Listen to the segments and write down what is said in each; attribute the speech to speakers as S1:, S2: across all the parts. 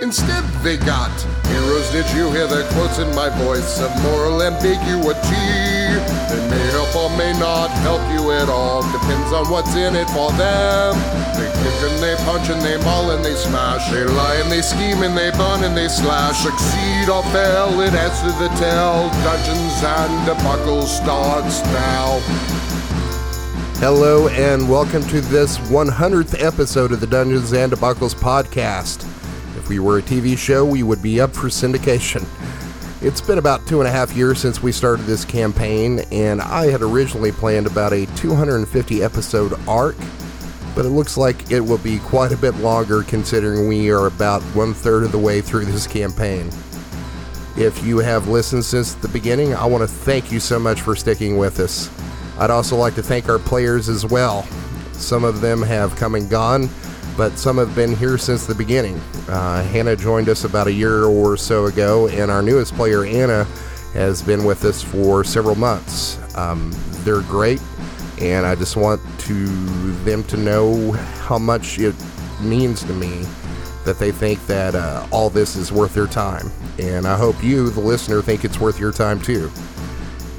S1: Instead, they got heroes. Did you hear the quotes in my voice of moral ambiguity? They may help or may not help you at all. Depends on what's in it for them. They kick and they punch and they maul and they smash. They lie and they scheme and they burn and they slash. Succeed or fail, it adds to the tale. Dungeons and debacle starts now.
S2: Hello and welcome to this 100th episode of the Dungeons and Debacles podcast. If we were a TV show, we would be up for syndication. It's been about two and a half years since we started this campaign, and I had originally planned about a 250 episode arc, but it looks like it will be quite a bit longer considering we are about one third of the way through this campaign. If you have listened since the beginning, I want to thank you so much for sticking with us. I'd also like to thank our players as well. Some of them have come and gone, but some have been here since the beginning. Uh, Hannah joined us about a year or so ago, and our newest player, Anna, has been with us for several months. Um, they're great, and I just want to them to know how much it means to me that they think that uh, all this is worth their time. And I hope you, the listener, think it's worth your time too.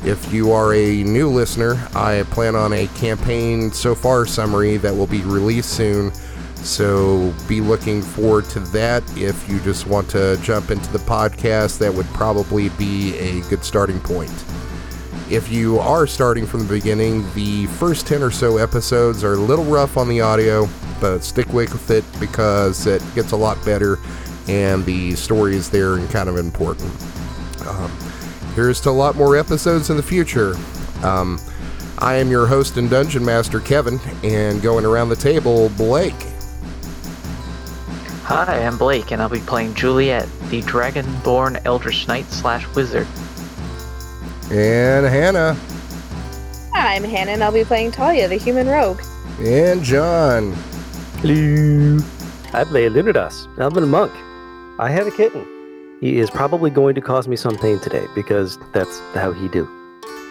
S2: If you are a new listener, I plan on a campaign so far summary that will be released soon. So be looking forward to that. If you just want to jump into the podcast, that would probably be a good starting point if you are starting from the beginning, the first 10 or so episodes are a little rough on the audio, but stick with it because it gets a lot better and the story is there and kind of important. Um, here's to a lot more episodes in the future. Um, I am your host and dungeon master, Kevin, and going around the table, Blake.
S3: Hi, I'm Blake, and I'll be playing Juliet, the Dragonborn Eldritch Knight slash Wizard.
S2: And Hannah.
S4: Hi, I'm Hannah, and I'll be playing Talia, the human rogue.
S2: And John.
S5: Hello. I play Leonidas. I've been a monk. I have a kitten. He is probably going to cause me some pain today because that's how he do.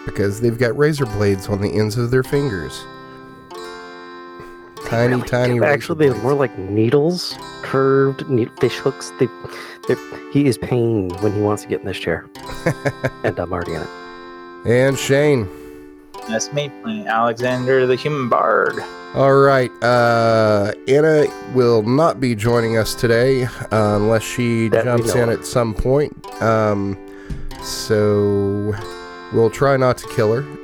S2: because they've got razor blades on the ends of their fingers. Tiny, tiny. razor
S5: Actually, they're
S2: blades.
S5: more like needles, curved ne- fish hooks. They, they're, he is pain when he wants to get in this chair, and I'm already in it.
S2: And Shane.
S6: That's me playing Alexander the Human Bard.
S2: All right, uh, Anna will not be joining us today uh, unless she
S5: That we
S2: jumps
S5: know
S2: in
S5: of.
S2: at some point. Um, so we'll try not to kill her.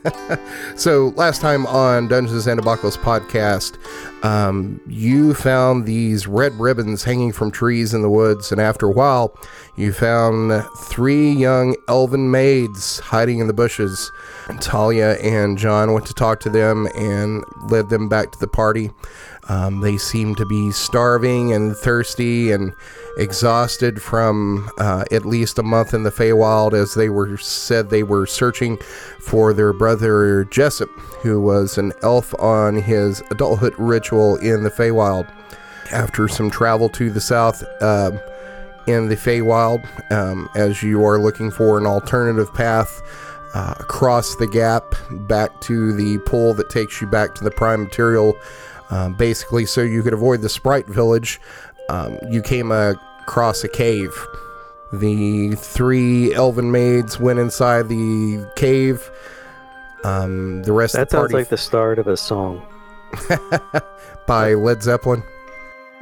S2: so last time on Dungeons and Debacles podcast, um, you found these red ribbons hanging from trees in the woods, and after a while, you found three young elven maids hiding in the bushes. Talia and John went to talk to them and led them back to the party. Um, they seemed to be starving and thirsty and exhausted from uh, at least a month in the Feywild, as they were said they were searching for their brother Jessup, who was an elf on his adulthood ritual in the Feywild. After some travel to the south, um, in the Feywild um, as you are looking for an alternative path uh, across the gap back to the pool that takes you back to the prime material. Um, basically, so you could avoid the Sprite Village, um, you came uh, across a cave. The three elven maids went inside the cave. Um, the rest
S5: That
S2: of the
S5: sounds
S2: party
S5: like the start of a song.
S2: by Led Zeppelin.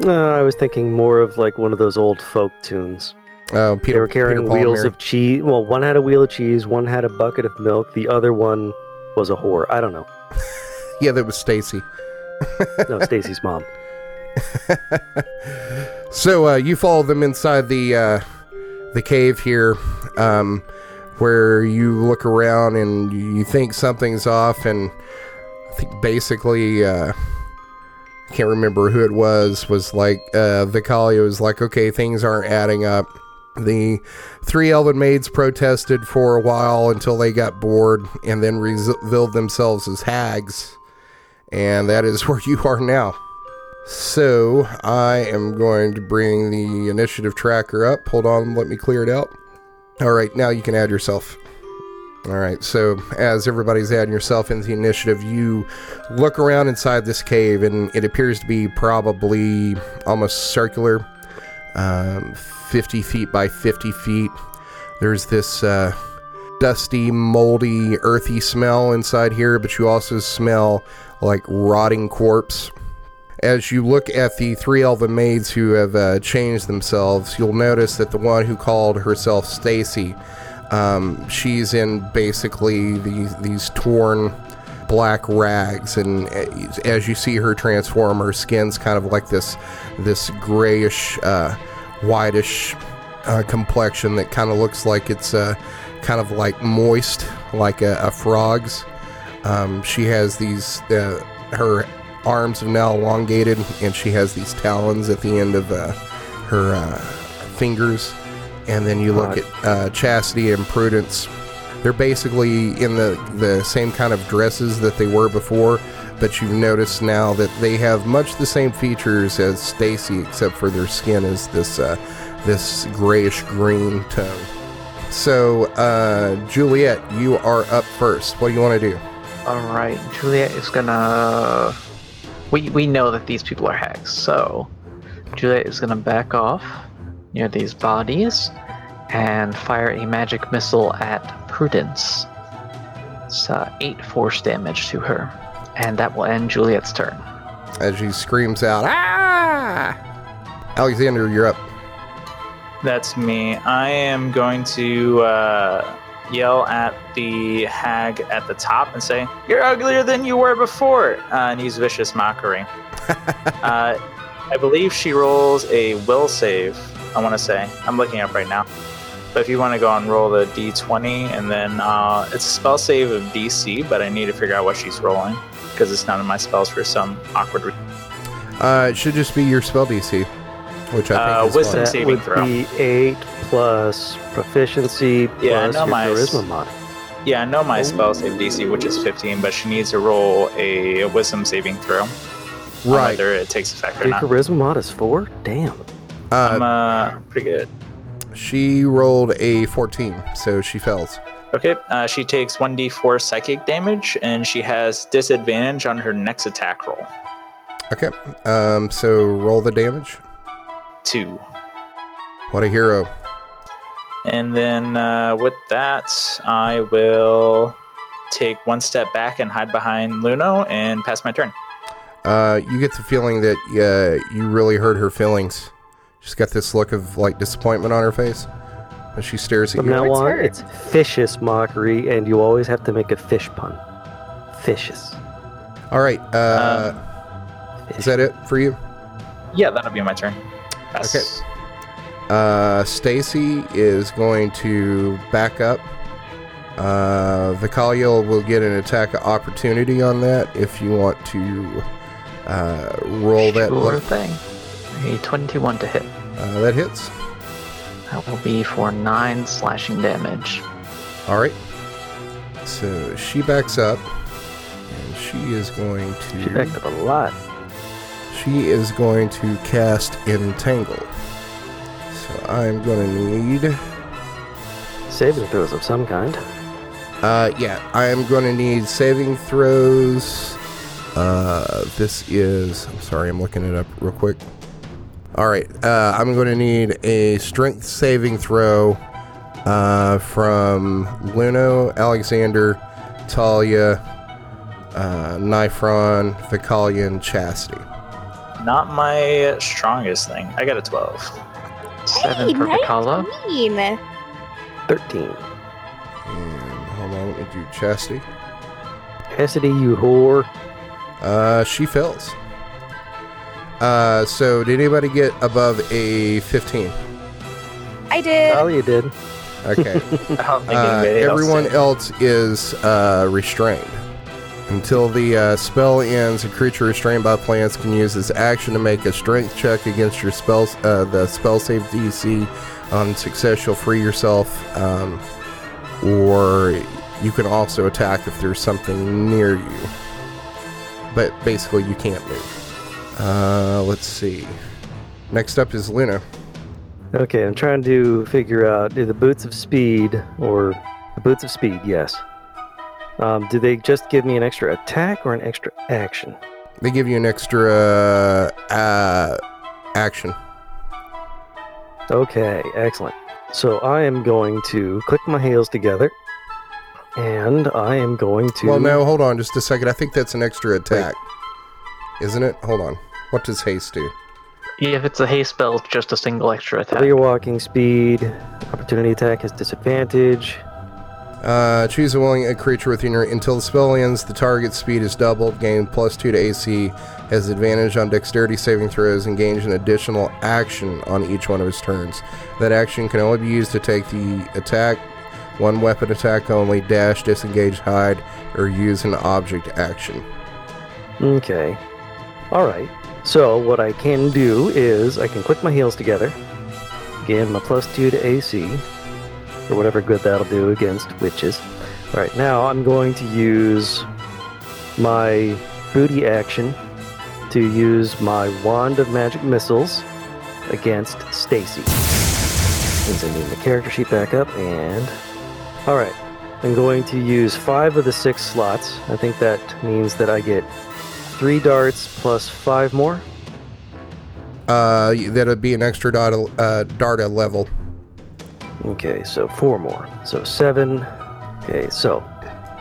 S5: No, Uh, I was thinking more of like one of those old folk tunes.
S2: Uh, Peter,
S5: they were carrying
S2: Peter Paul and
S5: wheels
S2: Mary.
S5: of cheese. Well, one had a wheel of cheese, one had a bucket of milk, the other one was a whore. I don't know.
S2: Yeah, that was Stacy.
S5: No, Stacy's mom.
S2: So uh, you follow them inside the uh, the cave here, um, where you look around and you think something's off, and I think basically uh, I can't remember who it was was like uh, Vicalia was like, okay, things aren't adding up. The three elven maids protested for a while until they got bored and then revealed themselves as hags And that is where you are now. So I am going to bring the initiative tracker up. Hold on, let me clear it out. All right, now you can add yourself. All right, so as everybody's adding yourself into the initiative, you look around inside this cave, and it appears to be probably almost circular, um, 50 feet by 50 feet. There's this uh, dusty, moldy, earthy smell inside here, but you also smell like rotting corpse. As you look at the three elven maids who have uh, changed themselves, you'll notice that the one who called herself Stacy, um, she's in basically these, these torn black rags, and a- as you see her transform, her skin's kind of like this this grayish, uh, whitish uh, complexion that kind of looks like it's uh, kind of like moist, like a, a frog's. Um, she has these, uh, her arms have now elongated, and she has these talons at the end of uh, her uh, fingers. And then you look
S5: God.
S2: at uh, Chastity and Prudence. They're basically in the, the same kind of dresses that they were before, but you've noticed now that they have much the same features as Stacy, except for their skin is this uh, this grayish green tone. So, uh, Juliet, you are up first. What do you want to do?
S3: All right, Juliet is gonna. We we know that these people are hacks, so Juliet is gonna back off near these bodies and fire a magic missile at Prudence. It's uh, eight force damage to her, and that will end Juliet's turn.
S2: As she screams out, "Ah!" Alexander, you're up.
S6: That's me. I am going to uh, yell at the hag at the top and say, You're uglier than you were before, uh, and use vicious mockery. uh, I believe she rolls a will save, I want to say. I'm looking up right now. But if you want to go and roll the d20, and then uh, it's a spell save of DC, but I need to figure out what she's rolling because it's not in my spells for some awkward reason.
S2: Uh, it should just be your spell DC, which I think
S6: Uh,
S2: is
S6: wisdom
S2: fine.
S5: That
S6: saving
S5: would
S6: throw.
S5: be eight plus proficiency
S6: Yeah, I
S5: plus
S6: know
S5: your
S6: my-
S5: charisma mod.
S6: Yeah, I know
S2: Oh.
S6: my spell save DC, which is 15, but she needs to roll a wisdom saving throw. on
S2: right.
S6: Whether it takes effect or
S5: Your
S6: not.
S5: charisma mod is four. Damn.
S6: I'm
S2: Uh,
S6: uh, pretty good.
S2: she rolled a 14, so she fails.
S6: Okay, uh, she takes 1d4 psychic damage, and she has disadvantage on her next attack roll.
S2: Okay. Um, so roll the damage.
S6: Two.
S2: What a hero.
S6: And then uh, with that, I will take one step back and hide behind Luno and pass my turn.
S2: Uh, you get the feeling that uh, you really hurt her feelings. She's got this look of like disappointment on her face as she stares at
S5: From
S2: you.
S5: now
S4: It's
S5: on,
S4: hurt.
S5: it's vicious mockery, and you always have to make a fish pun. Vicious.
S2: All right. Uh,
S6: Um,
S2: is that it for you?
S6: Yeah, that'll be my turn. Pass.
S2: Okay. Uh, Stacy is going to back up. Uh, Vicalia will get an attack of opportunity on that if you want to uh, roll that.
S3: Sure thing. A 21 to hit.
S2: Uh, that hits.
S3: That will be for nine slashing damage.
S2: All right. So she backs up, and she is going to.
S5: She backed up a lot.
S2: She is going to cast Entangle. So I'm going to need.
S5: Saving throws of some kind.
S2: Uh, yeah, I am going to need saving throws. Uh, this is. I'm sorry, I'm looking it up real quick. All right, uh, I'm going to need a strength saving throw uh, from Luno, Alexander, Talia, uh, Nifron, Vicalia, and Chastity.
S6: Not my strongest thing. I got a 12.
S3: Seven for Vicala.
S4: 19.
S5: Thirteen.
S2: And hold on, let me do Chastity.
S5: Cassidy, you whore.
S2: Uh, she fails. Uh, so did anybody get above a 15?
S4: I did.
S5: Oh, you did.
S2: Okay.
S6: I don't think
S2: uh,
S6: anybody else
S2: everyone
S6: did.
S2: else is uh, restrained. Until the uh, spell ends, a creature restrained by plants can use its action to make a strength check against your spells, uh, the spell save DC. On success, you'll free yourself, um, or you can also attack if there's something near you. but basically you can't move. Uh, let's see. Next up is Luna.
S5: Okay, I'm trying to figure out do the boots of speed or the boots of speed, yes. Um, do they just give me an extra attack or an extra action?
S2: They give you an extra uh, action.
S5: Okay, excellent. So I am going to click my heels together and I am going to
S2: Well, no, hold on just a second. I think that's an extra attack, isn't it? Hold on. What does haste do?
S3: If it's a haste spell, it's just a single extra attack.
S5: All your walking speed, opportunity attack has disadvantage.
S2: Uh, choose a willing creature within your until the spell ends. The target speed is doubled. Gain plus two to AC. Has advantage on dexterity saving throws and gains an additional action on each one of his turns. That action can only be used to take the attack, one weapon attack only, dash, disengage, hide, or use an object action.
S5: Okay. All right. So what I can do is I can click my heels together, gain my plus two to AC, or whatever good that'll do against witches. All right. Now I'm going to use my booty action to use my wand of magic missiles against Stacy. Means I need the character sheet back up and. All right. I'm going to use five of the six slots. I think that means that I get three darts plus five more.
S2: Uh, that'd be an extra dot, uh, Darta level.
S5: Okay, so four more. So seven. Okay, so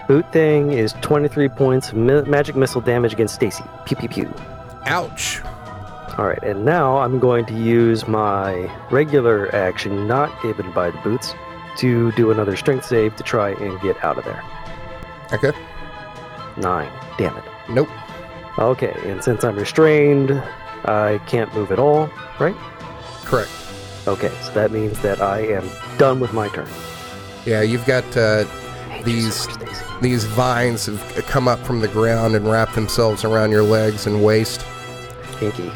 S5: boot thing is 23 points mi- magic missile damage against Stacy. Pew pew pew.
S2: Ouch!
S5: All right, and now I'm going to use my regular action, not given by the boots, to do another strength save to try and get out of there.
S2: Okay.
S5: Nine. Damn it.
S2: Nope.
S5: Okay, and since I'm restrained, I can't move at all, right?
S2: Correct.
S5: Okay, so that means that I am done with my turn.
S2: Yeah, you've got uh,
S5: Hate you
S2: these
S5: so much, Stacy.
S2: These vines have come up from the ground and wrap themselves around your legs and waist.
S5: Pinky.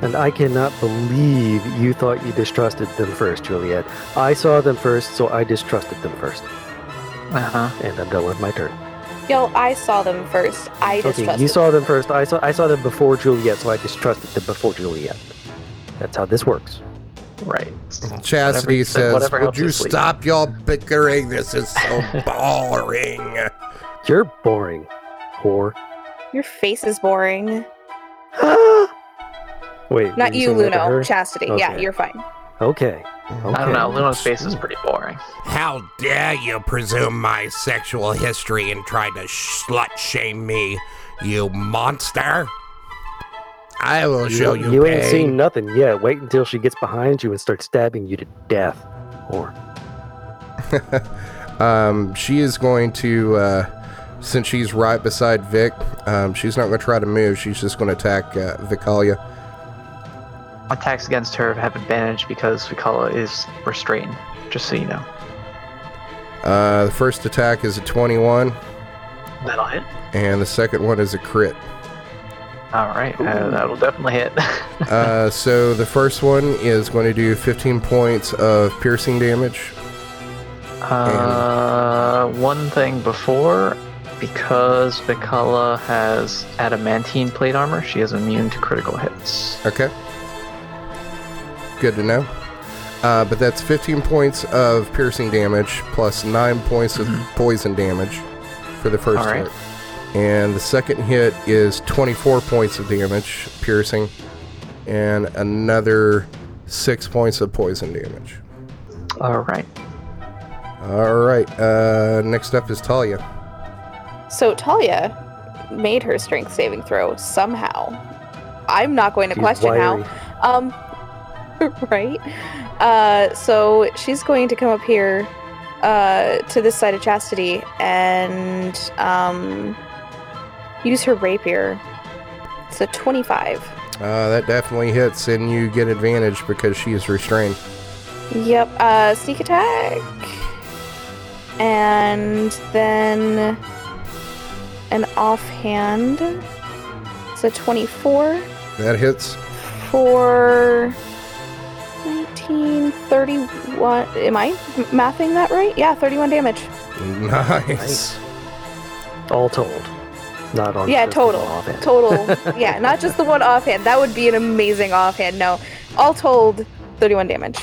S5: And I cannot believe you thought you distrusted them first, Juliet. I saw them first, so I distrusted them first.
S3: Uh huh.
S5: And I'm done with my turn.
S4: Yo, I saw them first. I just
S5: Okay, you saw them first. I saw I saw them before Juliet, so I distrusted them before Juliet. That's how this works.
S3: Right. Mm-hmm. Whatever
S2: Chastity
S3: you said-
S2: says,
S3: whatever
S2: Would
S3: helps
S2: you
S3: you sleep."
S2: stop y'all bickering? This is so boring.
S5: You're boring, whore.
S4: Your face is boring.
S5: Wait,
S4: Not
S5: were
S4: you,
S5: saying that to her?
S4: Luno. Chastity. Yeah,
S5: Okay.
S4: you're fine.
S5: Okay.
S3: I don't
S5: Okay.
S3: know. Luna's face is pretty boring.
S2: How dare you presume my sexual history and try to slut shame me, you monster? I will show you.
S5: you ain't
S2: pain.
S5: seen nothing yet. Wait until she gets behind you and starts stabbing you to death. Or
S2: Um, she is going to, uh, since she's right beside Vic, um, she's not going to try to move. She's just going to attack uh, Vicalia.
S3: Attacks against her have advantage because Vicala is restrained. Just so you know.
S2: Uh, the first attack is a 21,
S3: That'll hit.
S2: and the second one is a crit.
S3: All right. Uh, that'll definitely hit.
S2: Uh, so the first one is going to do 15 points of piercing damage.
S3: Uh, one thing before, because Vicala has adamantine plate armor, she is immune to critical hits.
S2: Okay. Good to know. Uh, but that's 15 points of piercing damage plus 9 points of poison damage for the first
S3: Mm-hmm. All right.
S2: hit. And the second hit is 24 points of damage, piercing, and another 6 points of poison damage.
S3: All right.
S2: All right. Uh, next up is Talia.
S4: So Talia made her strength saving throw somehow. I'm not going to
S5: she's
S4: question
S5: wiry.
S4: how. Um, right? Uh, so she's going to come up here uh, to this side of Chastity and um, use her rapier. It's a 25.
S2: Uh, that definitely hits, and you get advantage because she is restrained.
S4: Yep, uh, sneak attack. And then an offhand. It's a 24
S2: That hits.
S4: for 19, 31. Am I m- mathing that right? Yeah, 31 damage.
S2: Nice.
S5: All told. Not on.
S4: Yeah,
S5: just the
S4: total.
S5: one offhand.
S4: Total. yeah, not just the one offhand. That would be an amazing offhand. No. All told, 31 damage.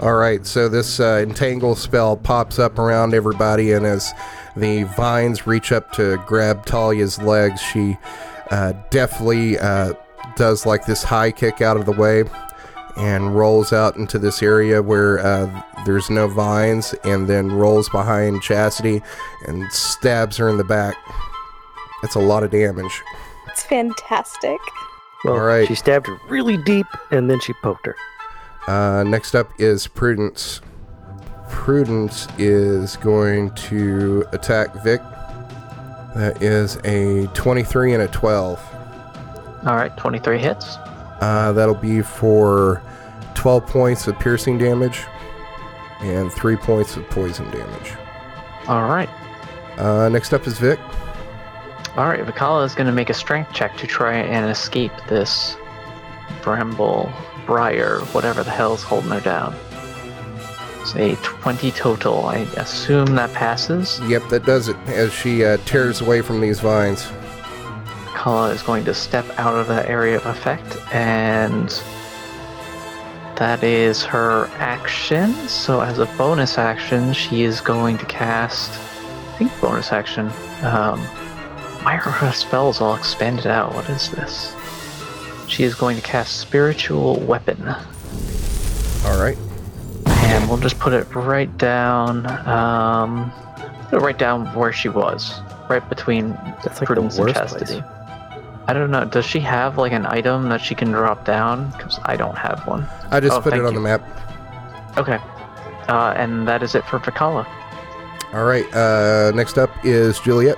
S2: All right, so this uh, entangle spell pops up around everybody, and as the vines reach up to grab Talia's legs, she uh, deftly uh, does like this high kick out of the way and rolls out into this area where uh, there's no vines, and then rolls behind Chastity and stabs her in the back. That's a lot of damage.
S4: It's fantastic.
S5: Well,
S2: All right.
S5: She stabbed her really deep, and then she poked her.
S2: Uh, next up is Prudence. Prudence is going to attack Vic. That is a 23 and a 12.
S3: All right, 23 hits.
S2: Uh, that'll be for 12 points of piercing damage and 3 points of poison damage.
S3: All right.
S2: Uh, next up is Vic.
S3: All right, Vakala is going to make a strength check to try and escape this bramble, briar, whatever the hell's holding her down. It's a 20 total. I assume that passes.
S2: Yep, that does it as she uh, tears away from these vines.
S3: Kala is going to step out of that area of effect, and that is her action. So, as a bonus action, she is going to cast. I think bonus action. Um, why are her spells all expanded out? What is this? She is going to cast Spiritual Weapon,
S2: All right.
S3: and we'll just put it right down. Um, put it right down where she was, right between
S5: That's like
S3: Prudence
S5: the
S3: and
S5: worst
S3: Chastity.
S5: place.
S3: I don't know. Does she have like an item that she can drop down? Because I don't have one.
S2: I just
S3: Oh,
S2: put it
S3: thank
S2: on
S3: you.
S2: the map.
S3: Okay. Uh, and that is it for Vakala.
S2: All right. Uh, next up is Juliet.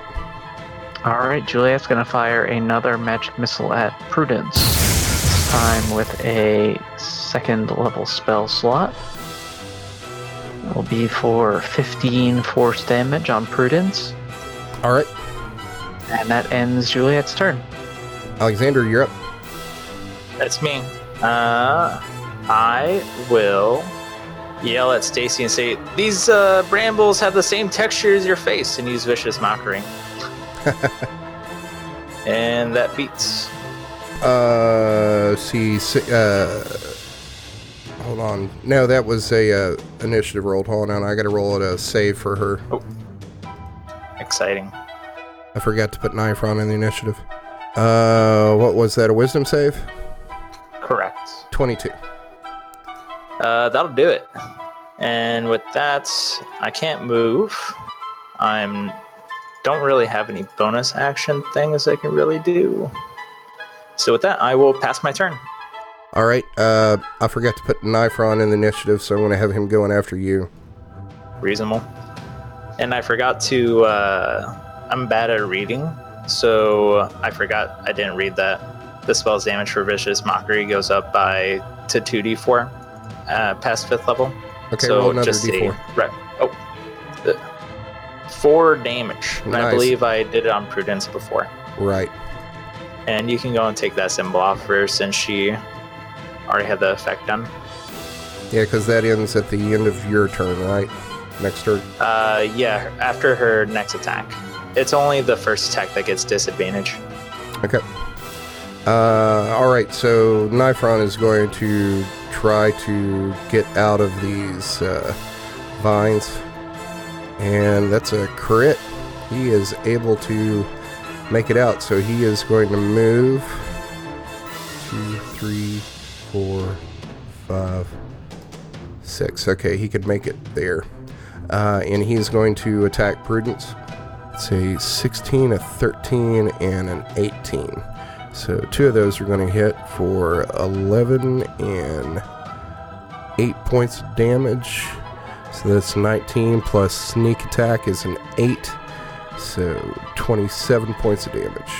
S3: All right, Juliet's gonna fire another magic missile at Prudence. This time with a second level spell slot. Will be for 15 force damage on Prudence,
S2: All right.
S3: and that ends Juliet's turn.
S2: Alexander, you're up.
S6: That's me. Uh, I will yell at Stacy and say, "These uh, brambles have the same texture as your face," and use vicious mockery. and that beats.
S2: Uh, see, si- uh, hold on. No, that was a uh, initiative roll. Hold on, I got to roll it a save for her.
S6: Exciting.
S2: I forgot to put knife on in the initiative. Uh, what was that? A wisdom save?
S6: Correct.
S2: Twenty-two.
S6: Uh, that'll do it. And with that, I can't move. I'm don't really have any bonus action things I can really do. So with that, I will pass my turn.
S2: All right. Uh, I forgot to put knife on in the initiative, so I'm gonna have him going after you.
S6: Reasonable. And I forgot to. Uh, I'm bad at reading, so I forgot I didn't read that. The spell's damage for vicious mockery goes up by to two d four, uh, past fifth level.
S2: Okay,
S6: so
S2: roll another
S6: just
S2: d4.
S6: A, right. Oh. The- four damage. And I
S2: Nice.
S6: believe I did it on Prudence before.
S2: Right.
S6: And you can go and take that symbol off her since she already had the effect done.
S2: Yeah, because that ends at the end of your turn, right? Next turn.
S6: Uh, yeah, after her next attack. It's only the first attack that gets disadvantage.
S2: Okay. Uh, all right. So Nifron is going to try to get out of these uh, vines, and that's a crit. He is able to make it out. So he is going to move two, three, four, five, six. Okay, he could make it there, uh, and he's going to attack Prudence. It's a 16, a 13, and an 18. So two of those are going to hit for 11 and 8 points of damage. So that's 19 plus sneak attack is an 8. So 27 points of damage.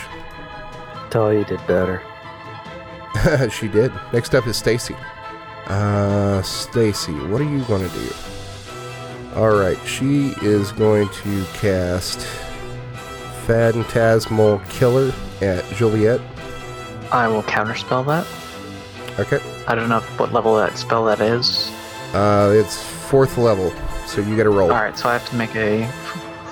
S5: Talia did better.
S2: she did. Next up is Stacy. Uh, Stacy, what are you going to do? All right, she is going to cast Phantasmal Killer at Juliet.
S3: I will counterspell that.
S2: Okay.
S3: I don't know what level that spell that is.
S2: Uh, it's fourth level, so you got to roll.
S3: All right, so I have to make a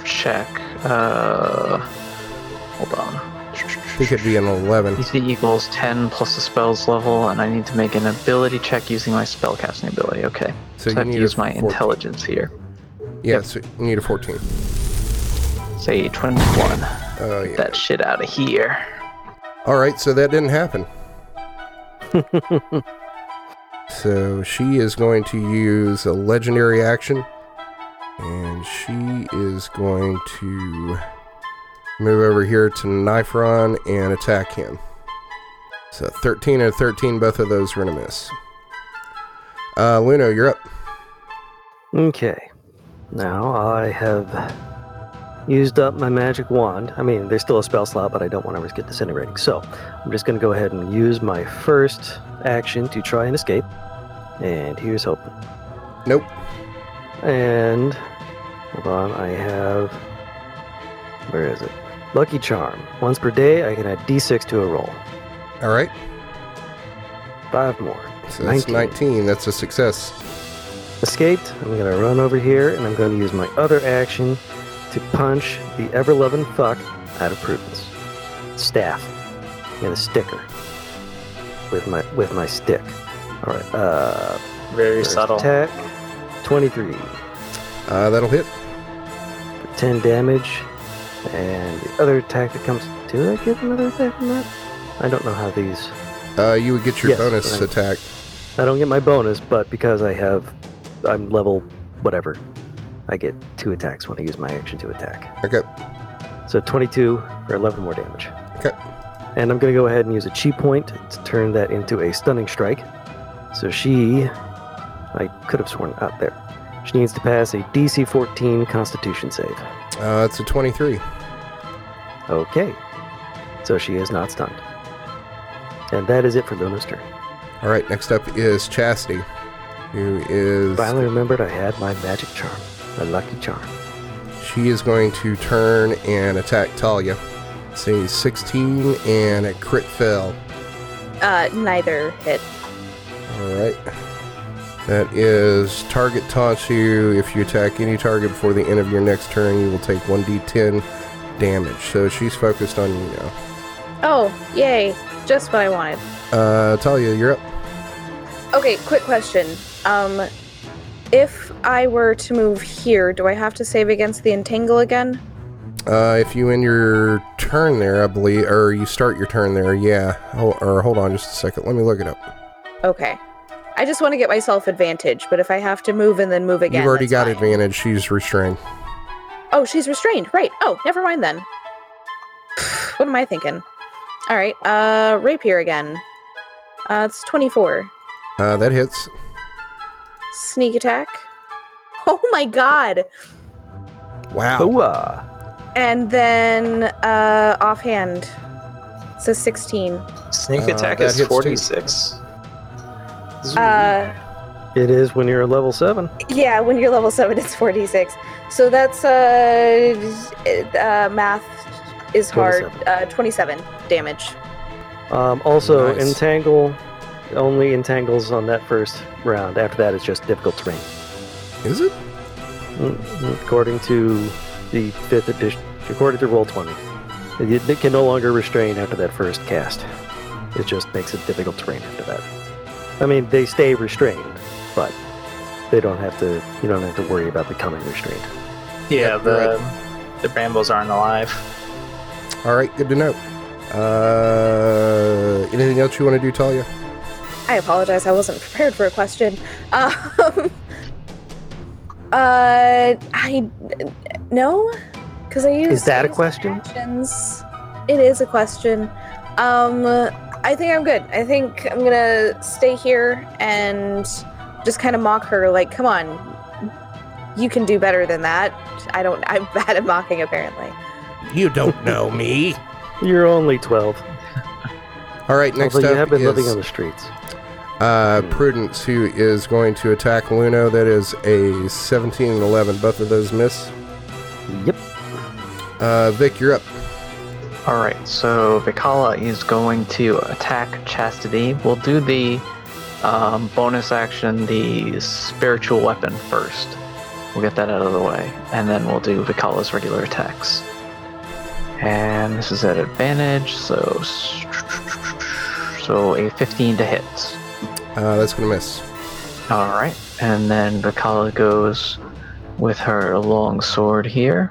S3: check. Uh, hold on.
S2: He could be an 11.
S3: DC equals 10 plus the spell's level, and I need to make an ability check using my spellcasting ability. Okay.
S2: So
S3: So,
S2: you
S3: I have
S2: need
S3: to
S2: a
S3: use my
S2: 14.
S3: intelligence here.
S2: Yes, you need a 14.
S3: Say 21.
S2: Oh, yeah.
S3: That shit out of here.
S2: All right, so that didn't happen. so she is going to use a legendary action, and she is going to move over here to Nifron and attack him. So 13 and 13, both of those are going to miss. Uh, Luno, you're up.
S5: Okay. Now I have used up my magic wand. I mean, there's still a spell slot, but I don't want to risk it disintegrating. So I'm just going to go ahead and use my first action to try and escape. And here's hoping.
S2: Nope.
S5: And hold on, I have. Where is it? Lucky Charm. Once per day, I can add d6 to a roll.
S2: All right.
S5: Five more.
S2: So that's 19. 19. That's a success.
S5: Escaped. I'm gonna run over here, and I'm gonna use my other action to punch the ever-loving fuck out of Prudence. Staff. I'm gonna stick her with my with my stick. All right. Uh,
S6: Very
S5: first
S6: subtle.
S5: attack. Twenty-three.
S2: Uh, that'll hit.
S5: 10 damage. And the other attack that comes. Do I get another attack from that? I don't know how these.
S2: Uh, you would get your
S5: Yes,
S2: bonus
S5: right.
S2: attack.
S5: I don't get my bonus, but because I have. I'm level whatever. I get two attacks when I use my action to attack.
S2: Okay.
S5: So 22 for 11 more damage.
S2: Okay.
S5: And I'm going to go ahead and use a chi point to turn that into a stunning strike. So she. I could have sworn out there. She needs to pass a DC 14 Constitution save.
S2: Uh, it's a 23.
S5: Okay. So she is not stunned. And that is it for Luna's turn.
S2: All right, next up is Chastity, who is
S5: Finally remembered I had my magic charm, my lucky charm.
S2: she is going to turn and attack Talia. See, 16 and a crit fail.
S4: Uh, neither hit.
S2: All right. That is target taunts you. If you attack any target before the end of your next turn, you will take 1d10 damage. So she's focused on you now.
S4: Oh, yay! Just what I wanted.
S2: Uh, Talia, you're up.
S4: Okay, quick question. Um, if I were to move here, do I have to save against the entangle again?
S2: Uh, if you end your turn there, I believe, or you start your turn there, yeah. Hol- or hold on just a second. Let me look it up.
S4: Okay. I just want to get myself advantage, but if I have to move and then move again,
S2: You've already
S4: that's
S2: got
S4: fine.
S2: advantage. She's restrained.
S4: Oh, she's restrained. Right. Oh, never mind then. what am I thinking? All right. Uh, rapier again. Uh, it's twenty-four.
S2: Uh, that hits.
S4: Sneak attack. Oh my god!
S2: Wow.
S5: Hooah!
S4: And then uh, offhand. It's a sixteen.
S6: Sneak
S2: Uh,
S6: attack
S2: that
S6: is
S2: hits too.
S6: 46.
S4: Uh.
S5: It is when you're a level 7.
S4: Yeah, when you're level seven, it's four d six. So that's uh, uh math is hard.
S5: 27.
S4: Uh, Twenty seven damage.
S5: Um, also,
S2: Nice.
S5: entangle only entangles on that first round. After that, it's just difficult terrain.
S2: Is it?
S5: Mm, According to the 5th edition, according to Roll 20, it it can no longer restrain after that first cast. It just makes it difficult terrain after that. I mean, they stay restrained, but they don't have to, you don't have to worry about becoming restrained.
S6: Yeah,
S2: Yep,
S6: the the brambles aren't alive.
S2: All right. Good to know. Uh, anything else you want to do, Talia?
S4: I apologize. I wasn't prepared for a question. Um, uh, I no, because I used.
S5: that a
S4: I used
S5: question?
S4: Actions. It is a question. Um, I think I'm good. I think I'm gonna stay here and just kind of mock her. Like, come on, you can do better than that. I don't. I'm bad at mocking, apparently.
S2: You don't know me.
S5: You're only 12.
S2: All right. Next
S5: Although
S2: up
S5: you have been living
S2: is
S5: on the streets.
S2: uh, Prudence, who is going to attack Luno. That is a 17 and 11. Both of those miss.
S5: Yep.
S2: Uh, Vic, you're up.
S3: Alright, so Vikala is going to attack Chastity. We'll do the um, bonus action, the spiritual weapon first. We'll get that out of the way, and then we'll do Vikala's regular attacks. And this is at advantage, so s- so a 15 to hit.
S2: Uh, that's going to miss.
S3: All right, and then Vakala goes with her long sword here.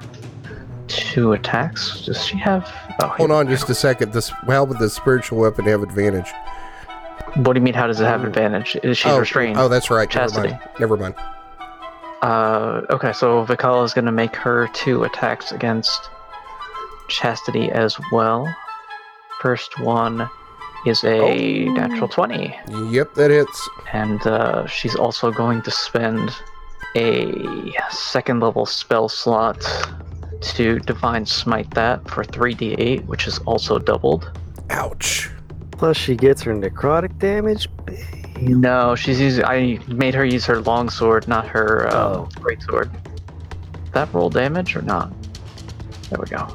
S3: Two attacks. Does she have? Oh,
S2: Hold on just a second. This How would the spiritual weapon have advantage?
S3: What do you mean? How does it have advantage? Is she
S2: oh,
S3: restrained?
S2: oh, that's right.
S3: Chastity.
S2: Never mind. Never mind.
S3: Uh, okay, so Vakala is going to make her two attacks against Chastity as well. First one is a
S2: Oh.
S3: natural 20,
S2: Yep, that hits.
S3: and uh, she's also going to spend a second level spell slot to Divine Smite that for 3d8, which is also doubled.
S2: Ouch.
S5: Plus, she gets her necrotic damage. Bam.
S3: No, she's using. I made her use her long sword, not her uh,
S5: Oh.
S3: great sword. That roll damage or not? There we go.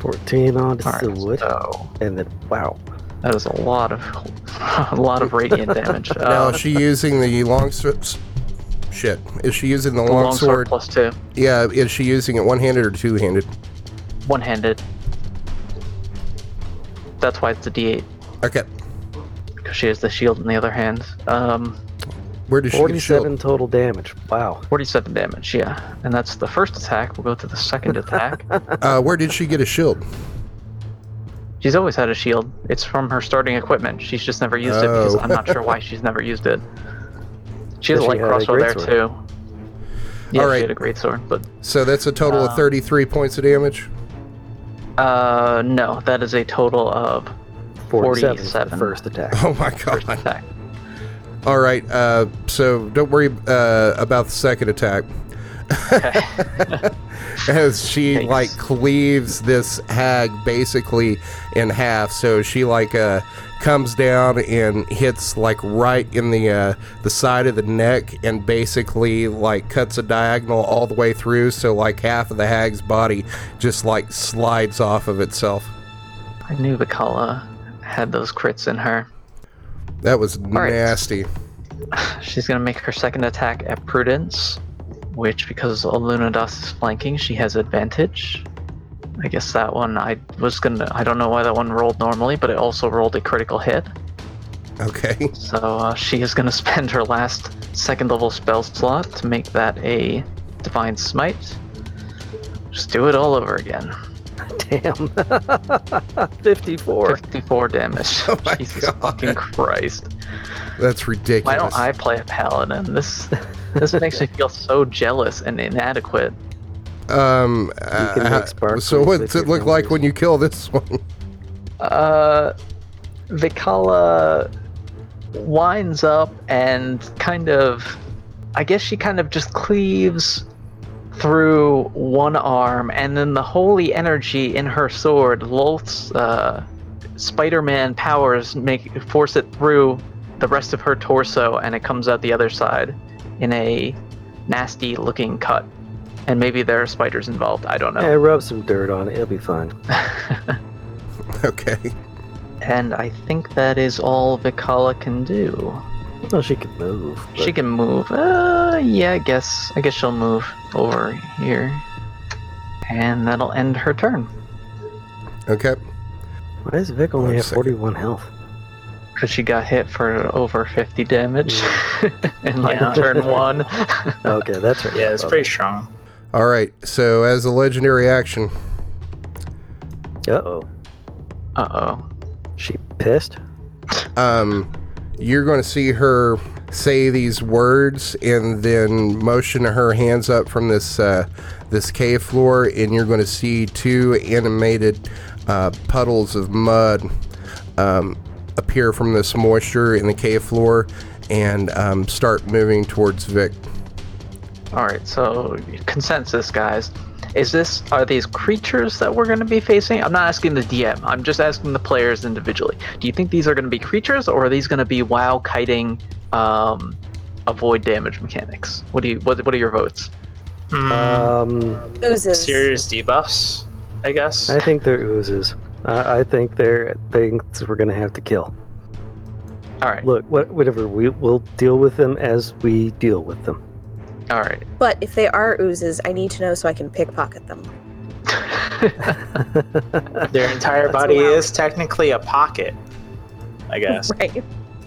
S5: 14 on
S3: All right.
S5: Silwood.
S3: So
S5: and then, wow.
S3: that is a lot of a lot of radiant damage.
S2: Now,
S3: Uh,
S2: is she using the long sword? Shit. Is she using the,
S3: the
S2: long,
S3: long
S2: sword?
S3: sword plus two,
S2: Yeah, is she using it one handed or two handed?
S3: one-handed. That's why it's a D8
S2: Okay.
S3: because she has the shield in the other hand. Um,
S2: Where does she get a shield?
S5: 47 total damage. Wow.
S3: 47 damage, yeah, and that's the first attack. We'll go to the second attack.
S2: Uh, where did she get a shield?
S3: She's always had a shield. It's from her starting equipment. She's just never used it because
S2: Oh.
S3: I'm not sure why she's never used it. She has
S5: But
S3: a
S5: she
S3: light
S5: had a
S3: crossbow there
S5: greatsword.
S3: too. Yeah,
S2: Alright.
S3: she had a great sword, but
S2: So that's a total of
S3: Uh,
S2: 33 points of damage.
S3: uh, no, that is a total of
S5: 47 is the
S3: 47.
S5: first attack.
S2: Oh my
S3: first
S2: god.
S3: attack.
S2: All right. Uh, so don't worry uh, about the second attack. As she
S3: Thanks.
S2: like cleaves this hag basically in half, so she like uh, comes down and hits like right in the uh, the side of the neck, and basically like cuts a diagonal all the way through, so like half of the hag's body just like slides off of itself.
S3: I knew Vakala had those crits in her.
S2: That was
S3: right.
S2: nasty.
S3: She's gonna make her second attack at Prudence, which because Alunadas is flanking, she has advantage. I guess that one I was gonna I don't know why that one rolled normally, but it also rolled a critical hit.
S2: Okay.
S3: So uh, she is going to spend her last second level spell slot to make that a divine smite. Just do it all over again.
S5: Damn. 54.
S3: 54 damage.
S2: Oh my
S3: Jesus
S2: God.
S3: fucking Christ.
S2: That's ridiculous.
S3: Why don't I play a paladin? This this makes me feel so jealous and inadequate.
S2: Um, uh,
S5: can make
S2: ha-
S5: sparkles
S2: so what's
S5: with
S2: it
S5: your
S2: look like
S5: fingers.
S2: when you kill this one?
S3: Uh Vikala winds up and kind of I guess she kind of just cleaves through one arm, and then the holy energy in her sword lolts uh, Spider-Man powers make force it through the rest of her torso, and it comes out the other side in a nasty-looking cut. And maybe there are spiders involved. I don't know.
S5: Yeah, rub some dirt on it. It'll be fine.
S2: okay.
S3: And I think that is all Vikala can do.
S5: Well, she could move. but-
S3: She can move. Uh, yeah, I guess. I guess she'll move over here, and that'll end her turn
S2: Okay.
S5: Why does Vic only
S2: One
S5: have
S2: second.
S5: 41 health?
S3: because she got hit for over 50 damage in like
S6: Yeah.
S3: turn one.
S5: Okay, that's right.
S6: Yeah, it's pretty strong.
S2: All right. So as a legendary action,
S5: Uh oh.
S3: uh oh.
S5: She pissed?
S2: um, you're going to see her say these words and then motion her hands up from this uh, this cave floor, and you're going to see two animated uh, puddles of mud um, appear from this moisture in the cave floor and um, start moving towards Vic.
S3: All right. So consensus, guys. Is this are these creatures that we're going to be facing? I'm not asking the DM. I'm just asking the players individually. Do you think these are going to be creatures, or are these going to be wow kiting, um, avoid damage mechanics? What do you what, what are your votes?
S5: Um,
S4: Oozes.
S6: Hmm. Serious debuffs, I guess.
S5: I think they're oozes. I, I think they're things we're gonna have to kill.
S3: All right.
S5: Look, what, whatever. We will deal with them as we deal with them.
S3: All right.
S4: But if they are oozes, I need to know so I can pickpocket them.
S6: Their entire body is technically a pocket, I guess.
S4: Right.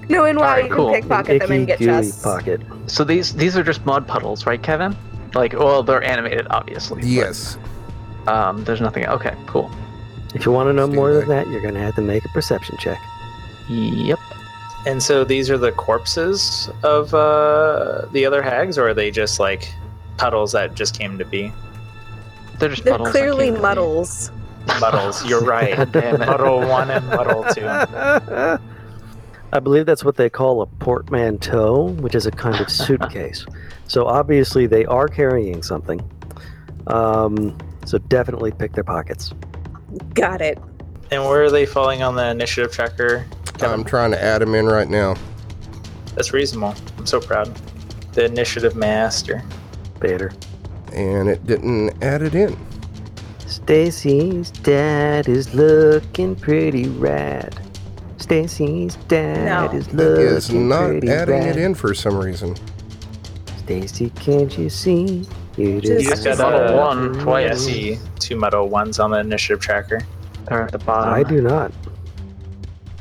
S4: No, and wow,
S3: Alright,
S4: you
S3: cool.
S4: can pickpocket them and get
S5: Icky-gooey
S4: chests.
S5: pocket.
S3: So these these are just mud puddles, right, Kevin? Like, well, they're animated, obviously. but,
S2: Yes.
S3: um, there's nothing. Okay, cool.
S5: If you want to know
S2: Stay
S5: more
S2: away.
S5: than that, you're going to have to make a perception check.
S3: Yep.
S6: And so these are the corpses of uh, the other hags, or are they just like puddles that just came to be?
S3: They're just
S4: They're
S3: puddles. I
S4: clearly
S3: can't really-
S4: muddles.
S6: Muddles, you're right.
S3: God damn it.
S6: Muddle one and muddle two.
S5: I believe that's what they call a portmanteau, which is a kind of suitcase. so obviously they are carrying something. Um, so definitely pick their pockets.
S4: Got it.
S6: And where are they falling on the initiative tracker? Um,
S2: I'm trying to add him in right now.
S6: That's reasonable. I'm so proud. The initiative master.
S5: Bader.
S2: And it didn't add it in.
S5: Stacy's dad is looking pretty rad. Stacy's dad
S4: No.
S5: is
S2: That
S5: looking
S2: is not
S5: pretty
S2: adding
S5: rad.
S2: it in for some reason.
S5: Stacy, can't you see? You
S4: Just-
S6: You just got
S3: Muddle
S6: a
S3: one
S6: I
S3: twice.
S6: see two muddle ones on the initiative tracker.
S3: They're at the bottom.
S5: I do not.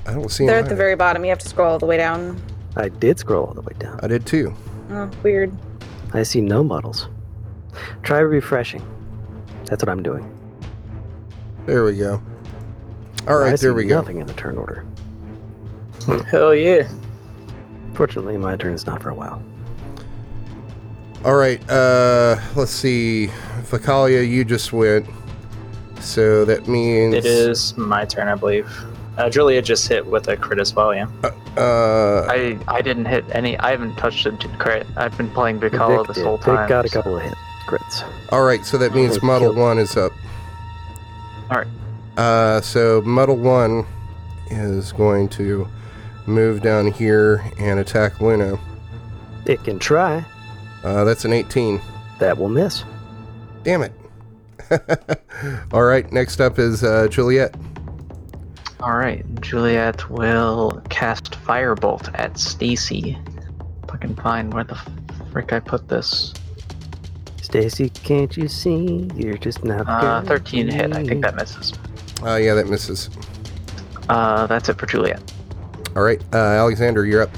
S2: I don't see
S4: They're
S2: him
S4: at the
S2: either.
S4: very bottom. You have to scroll all the way down.
S5: I did scroll all the way down.
S2: I did too.
S4: Oh, weird.
S5: I see no models. Try refreshing. That's what I'm doing.
S2: There we go. All
S5: I
S2: right,
S5: see
S2: there we go.
S5: Nothing in the turn order.
S6: Hell yeah.
S5: Fortunately, my turn is not for a while.
S2: All right, uh, let's see. Vacalia, you just went. So that means
S6: It is my turn, I believe. Uh, Julia just hit with a crit as well, yeah.
S2: Uh,
S3: I I didn't hit any. I haven't touched a d- crit. I've been playing Vicala
S5: Vic
S3: this
S5: did.
S3: whole
S5: Vic
S3: time.
S5: got a
S3: so-
S5: couple of hit crits.
S2: all right, so that means
S5: Holy
S2: Model
S5: shit.
S2: One is up.
S3: All right.
S2: Uh, so Model One is going to move down here and attack Luna.
S5: It can try.
S2: Uh, that's an 18.
S5: That will miss.
S2: Damn it. all right, next up is uh, Juliet.
S3: All right. Juliet will cast Firebolt at Stacy. If I can find where the frick I put this.
S5: Stacy, can't you see? You're just not.
S3: Uh,
S5: gonna
S3: 13 hit. I
S5: see.
S3: think that misses.
S2: Uh, yeah, that misses.
S3: Uh, that's it for Juliet.
S2: All right, uh, Alexander, you're up.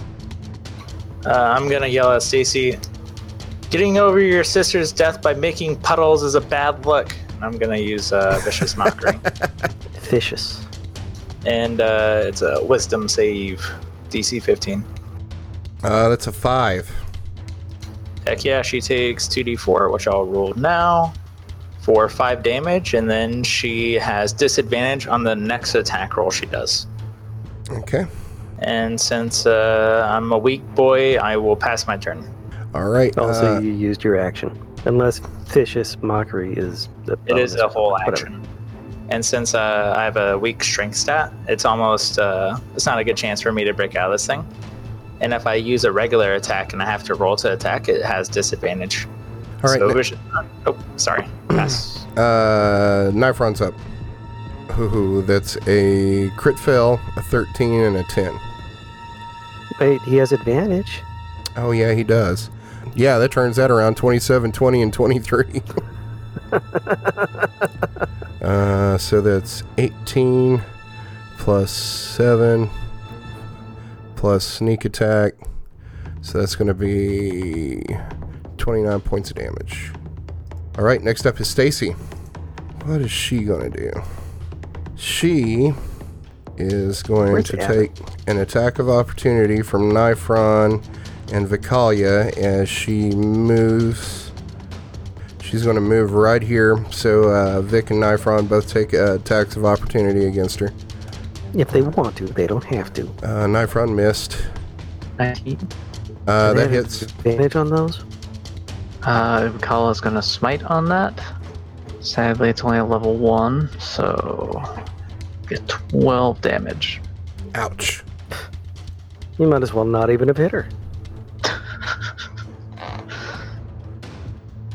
S6: Uh, I'm gonna yell at Stacy. Getting over your sister's death by making puddles is a bad look. And I'm gonna use uh, vicious mockery,
S5: Vicious.
S6: and uh, it's a wisdom save, DC 15.
S2: Uh, that's a five.
S6: Heck yeah, she takes 2d4, which I'll roll now for five damage, and then she has disadvantage on the next attack roll she does.
S2: Okay.
S6: And since uh, I'm a weak boy, I will pass my turn.
S2: All right.
S5: Also,
S2: uh,
S5: you used your action. Unless vicious mockery is. A
S6: It
S5: bonus.
S6: is a whole
S5: Whatever.
S6: action. And since uh, I have a weak strength stat, it's almost uh, it's not a good chance for me to break out of this thing. And if I use a regular attack and I have to roll to attack, it has disadvantage.
S2: all right.
S6: so
S2: ne-
S6: we should- oh, sorry. Pass.
S2: Uh, knife runs up. Ooh, that's a crit fail, a 13, and a 10.
S5: Wait, he has advantage.
S2: Oh, yeah, he does. Yeah, that turns that around 27, 20, and 23. uh, so that's 18 plus 7 plus sneak attack. So that's going to be 29 points of damage. All right, next up is Stacy. What is she going to do? She is going
S5: Where's
S2: to
S5: the
S2: take an attack of opportunity from Nifron and Vicalia as she moves. She's going to move right here, so uh, Vic and Nifron both take uh, attacks of opportunity against her.
S5: If they want to, they don't have to.
S2: Uh, Nifron missed.
S3: 19.
S2: Uh,
S5: They
S2: that
S5: have
S2: hits.
S5: Advantage on those?
S3: Uh, Kala's gonna smite on that. Sadly, it's only a level 1, so. Get 12 damage.
S2: Ouch.
S5: You might as well not even have hit her.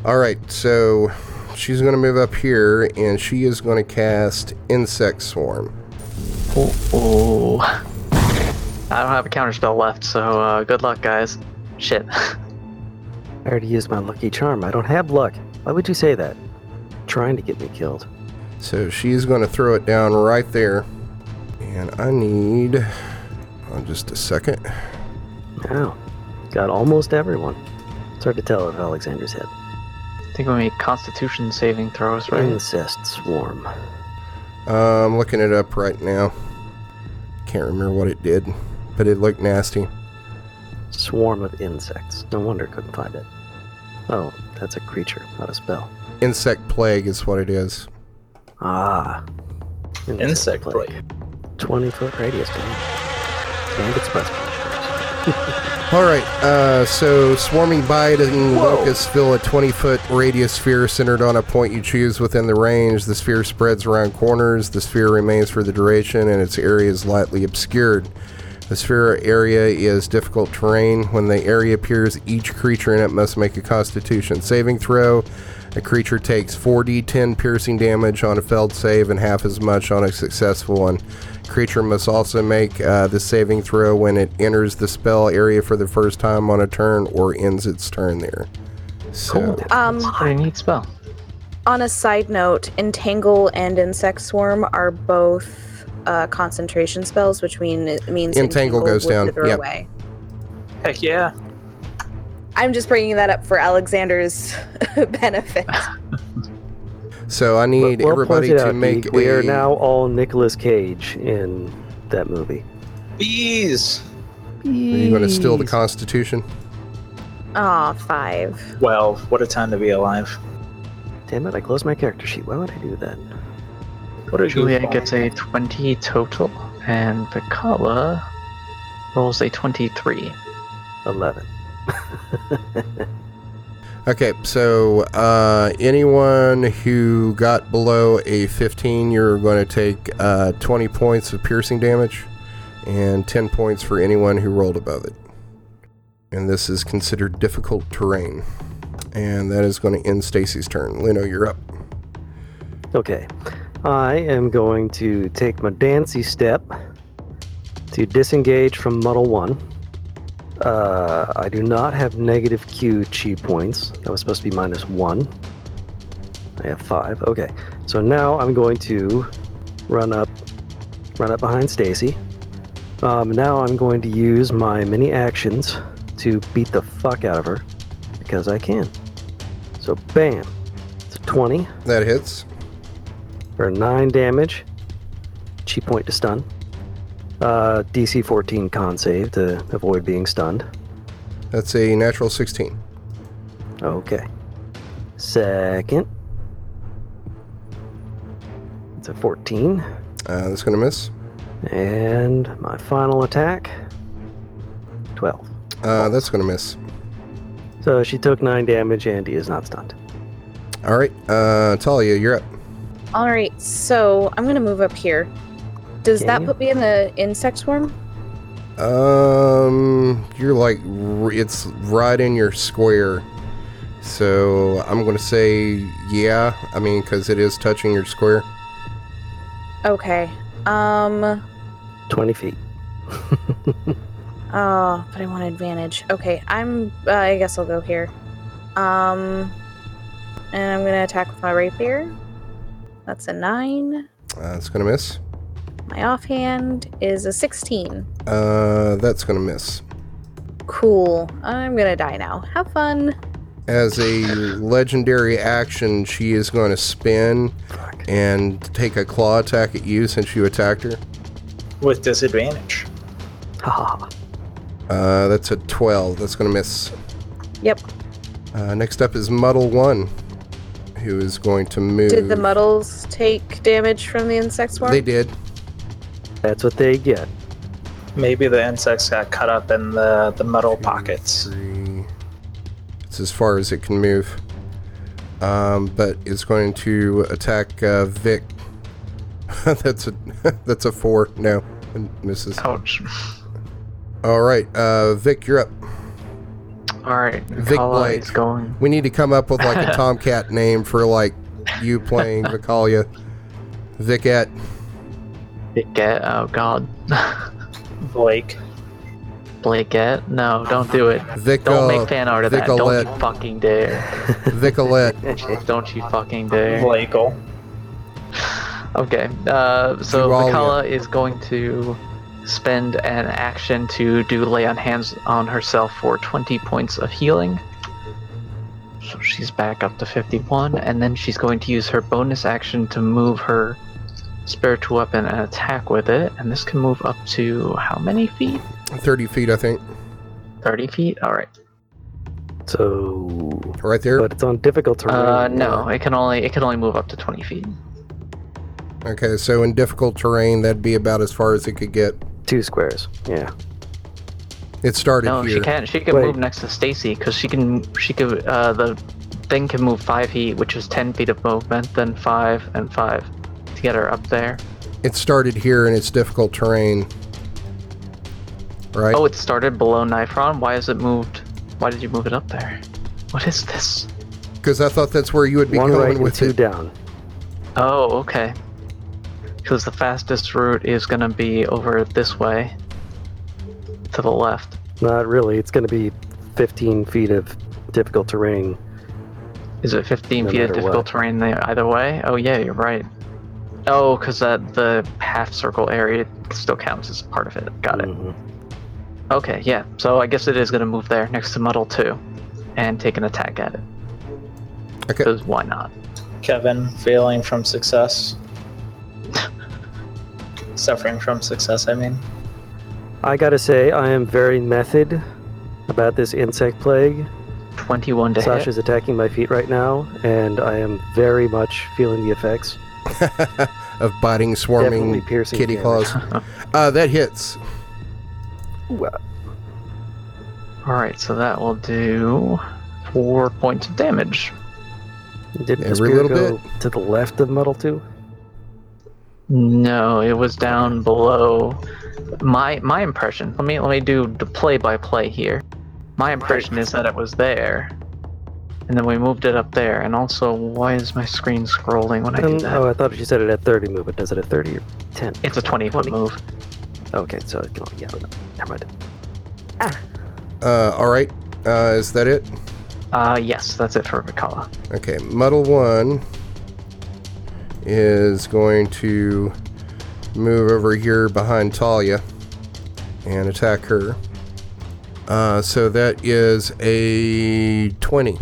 S2: All right, so she's going to move up here, and she is going to cast Insect Swarm.
S3: Oh, oh. I don't have a counter spell left, so uh, good luck, guys. Shit.
S5: I already used my lucky charm. I don't have luck. Why would you say that? Trying to get me killed.
S2: So she's going to throw it down right there. And I need. On just a second.
S5: Wow. Got almost everyone. It's hard to tell out of Alexander's head.
S3: I think we make Constitution saving throws, right?
S5: Incest swarm.
S2: Uh, I'm looking it up right now. Can't remember what it did, but it looked nasty.
S5: Swarm of insects. No wonder I couldn't find it. Oh, that's a creature, not a spell.
S2: Insect plague is what it is.
S5: Ah.
S6: Insect plague.
S5: 20 foot radius, man. And express punch.
S2: All right, uh, so swarming bite and locusts fill a 20 foot radius sphere centered on a point you choose within the range. The sphere spreads around corners. The sphere remains for the duration, and its area is lightly obscured. The sphere area is difficult terrain. When the area appears, each creature in it must make a constitution saving throw. A creature takes 4d10 piercing damage on a failed save and half as much on a successful one. Creature must also make uh, the saving throw when it enters the spell area for the first time on a turn or ends its turn there. So,
S4: Um,
S3: Pretty neat spell.
S4: on a side note, Entangle and Insect Swarm are both uh, concentration spells, which mean it means
S2: Entangle goes
S4: would
S2: down,
S4: wither
S2: yep.
S4: away.
S6: Heck yeah.
S4: I'm just bringing that up for Alexander's benefit.
S2: so I need
S5: Well
S2: everybody
S5: pointed
S2: to
S5: out,
S2: make
S5: Deke. We
S2: a,
S5: are now all Nicolas Cage in that movie.
S6: Bees.
S2: Are you going to steal the Constitution?
S4: Aw, five.
S6: Well, what a time to be alive.
S5: Damn it, I closed my character sheet. Why would I do that?
S6: What a
S3: Julia
S6: goofball.
S3: gets a 20 total, and Piccola rolls a 23.
S5: 11.
S2: Okay, so uh, anyone who got below a 15, you're going to take uh, 20 points of piercing damage and 10 points for anyone who rolled above it. And this is considered difficult terrain. And that is going to end Stacy's turn. Lino, you're up.
S5: Okay. I am going to take my dancy step to disengage from Muddle 1. Uh, I do not have negative Q chi points. That was supposed to be minus 1. I have 5. Okay. So now I'm going to run up run up behind Stacy. Um, now I'm going to use my mini actions to beat the fuck out of her because I can. So bam. It's a 20
S2: That hits.
S5: or 9 damage. Chi point to stun. Uh, DC 14 con save to avoid being stunned.
S2: That's a natural 16.
S5: Okay. Second. It's a 14.
S2: Uh, that's going to miss.
S5: And my final attack 12.
S2: Uh, that's going to miss.
S5: So she took 9 damage and he is not stunned.
S2: All right, uh, Talia, you're up.
S4: All right, so I'm gonna move up here. Does
S5: Can
S4: that
S5: you?
S4: put me in the insect swarm?
S2: Um, you're like r- it's right in your square. So I'm gonna say yeah. I mean, because it is touching your square.
S4: Okay. Um.
S5: 20 feet.
S4: Oh, but I want advantage. Okay, I'm. Uh, I guess I'll go here. Um, and I'm gonna attack with my rapier. That's a nine.
S2: Uh, it's gonna miss.
S4: My offhand is a sixteen.
S2: Uh, that's gonna miss.
S4: Cool. I'm gonna die now. Have fun.
S2: As a legendary action, she is going to spin and take a claw attack at you since you attacked her.
S6: With disadvantage.
S5: Haha.
S2: Uh, that's a 12. That's going to miss.
S4: Yep.
S2: Uh, next up is Muddle 1, who is going to move.
S4: Did the muddles take damage from the insect swarm?
S2: They did.
S5: That's what they get.
S6: Maybe the insects got cut up in the, the metal pockets.
S2: Three. It's as far as it can move. Um, but it's going to attack uh, Vic. that's a that's a four. No, and misses.
S3: Ouch.
S2: All right, uh, Vic, you're up.
S3: Alright,
S2: Vic
S3: Piccola
S2: Blake.
S3: is going.
S2: We need to come up with like a Tomcat name for like you playing Vicalia. Vicette.
S3: Blakeette, oh god.
S6: Blake.
S3: Blakeette? No, don't do it.
S2: Vic.
S3: Don't make fan art of that. Don't you
S2: Vicolette.
S3: fucking dare.
S2: Vicolette.
S3: Don't you fucking dare.
S6: Blakel.
S3: Okay, uh, so
S2: You all
S3: Mikala is going to spend an action to do lay on hands on herself for 20 points of healing. So she's back up to 51, and then she's going to use her bonus action to move her spiritual weapon and attack with it. And this can move up to how many feet?
S2: 30 feet, I think.
S3: 30 feet? Alright.
S5: So,
S2: Right there.
S5: but it's on difficult terrain.
S3: Uh, no, it can only it can only move up to 20 feet.
S2: Okay, so in difficult terrain, that'd be about as far as it could get.
S5: Two squares. Yeah.
S2: It started
S3: No,
S2: here.
S3: she can't. She can
S5: Wait.
S3: move next to Stacy because she can. She could. Uh, the thing can move five feet, which is ten feet of movement, then five and five to get her up there.
S2: It started here and it's difficult terrain. Right?
S3: Oh, it started below Nifron. Why is it moved? Why did you move it up there? What is this?
S2: Because I thought that's where you would be
S5: One
S2: going
S5: right and
S2: with
S5: two
S2: it.
S5: down.
S3: Oh, okay. Because the fastest route is gonna be over this way, to the left.
S5: Not really. It's going to be 15 feet of difficult terrain.
S3: Is it 15
S5: No
S3: feet of
S5: matter
S3: difficult
S5: what.
S3: terrain there either way? Oh yeah, you're right. Oh, because that the half circle area still counts as part of it. Got it.
S5: Mhm.
S2: Mm-hmm.
S3: Okay, yeah. So I guess it is gonna move there next to Muddle too, and take an attack at it.
S2: Okay.
S3: Because why not?
S6: Kevin failing from success. Suffering from success, I mean.
S5: I got to say, I am very method about this insect plague.
S3: Twenty-one to
S5: Sasha's attacking my feet right now, and I am very much feeling the effects.
S2: Of biting,
S5: Definitely
S2: swarming
S5: piercing
S2: kitty
S5: damage.
S2: claws. uh, that hits.
S3: hit. All right, so that will do four points of damage.
S5: Didn't the
S2: Every
S5: spear
S2: little
S5: go to the left of Muddle 2?
S3: No, it was down below. My my impression. Let me let me do the play by play here. My impression is that it was there, and then we moved it up there. And also, why is my screen scrolling when I do
S5: Um,
S3: that?
S5: oh, I thought you said it at 30 movement. Does it at 30 or 10?
S3: It's a twenty foot move.
S5: Okay, so it can- yeah, no, never mind.
S2: Uh, all right. Uh, is that it?
S3: Uh, yes, that's it for Vikala.
S2: Okay, Muddle 1 is going to move over here behind Talia and attack her. Uh, so that is a 20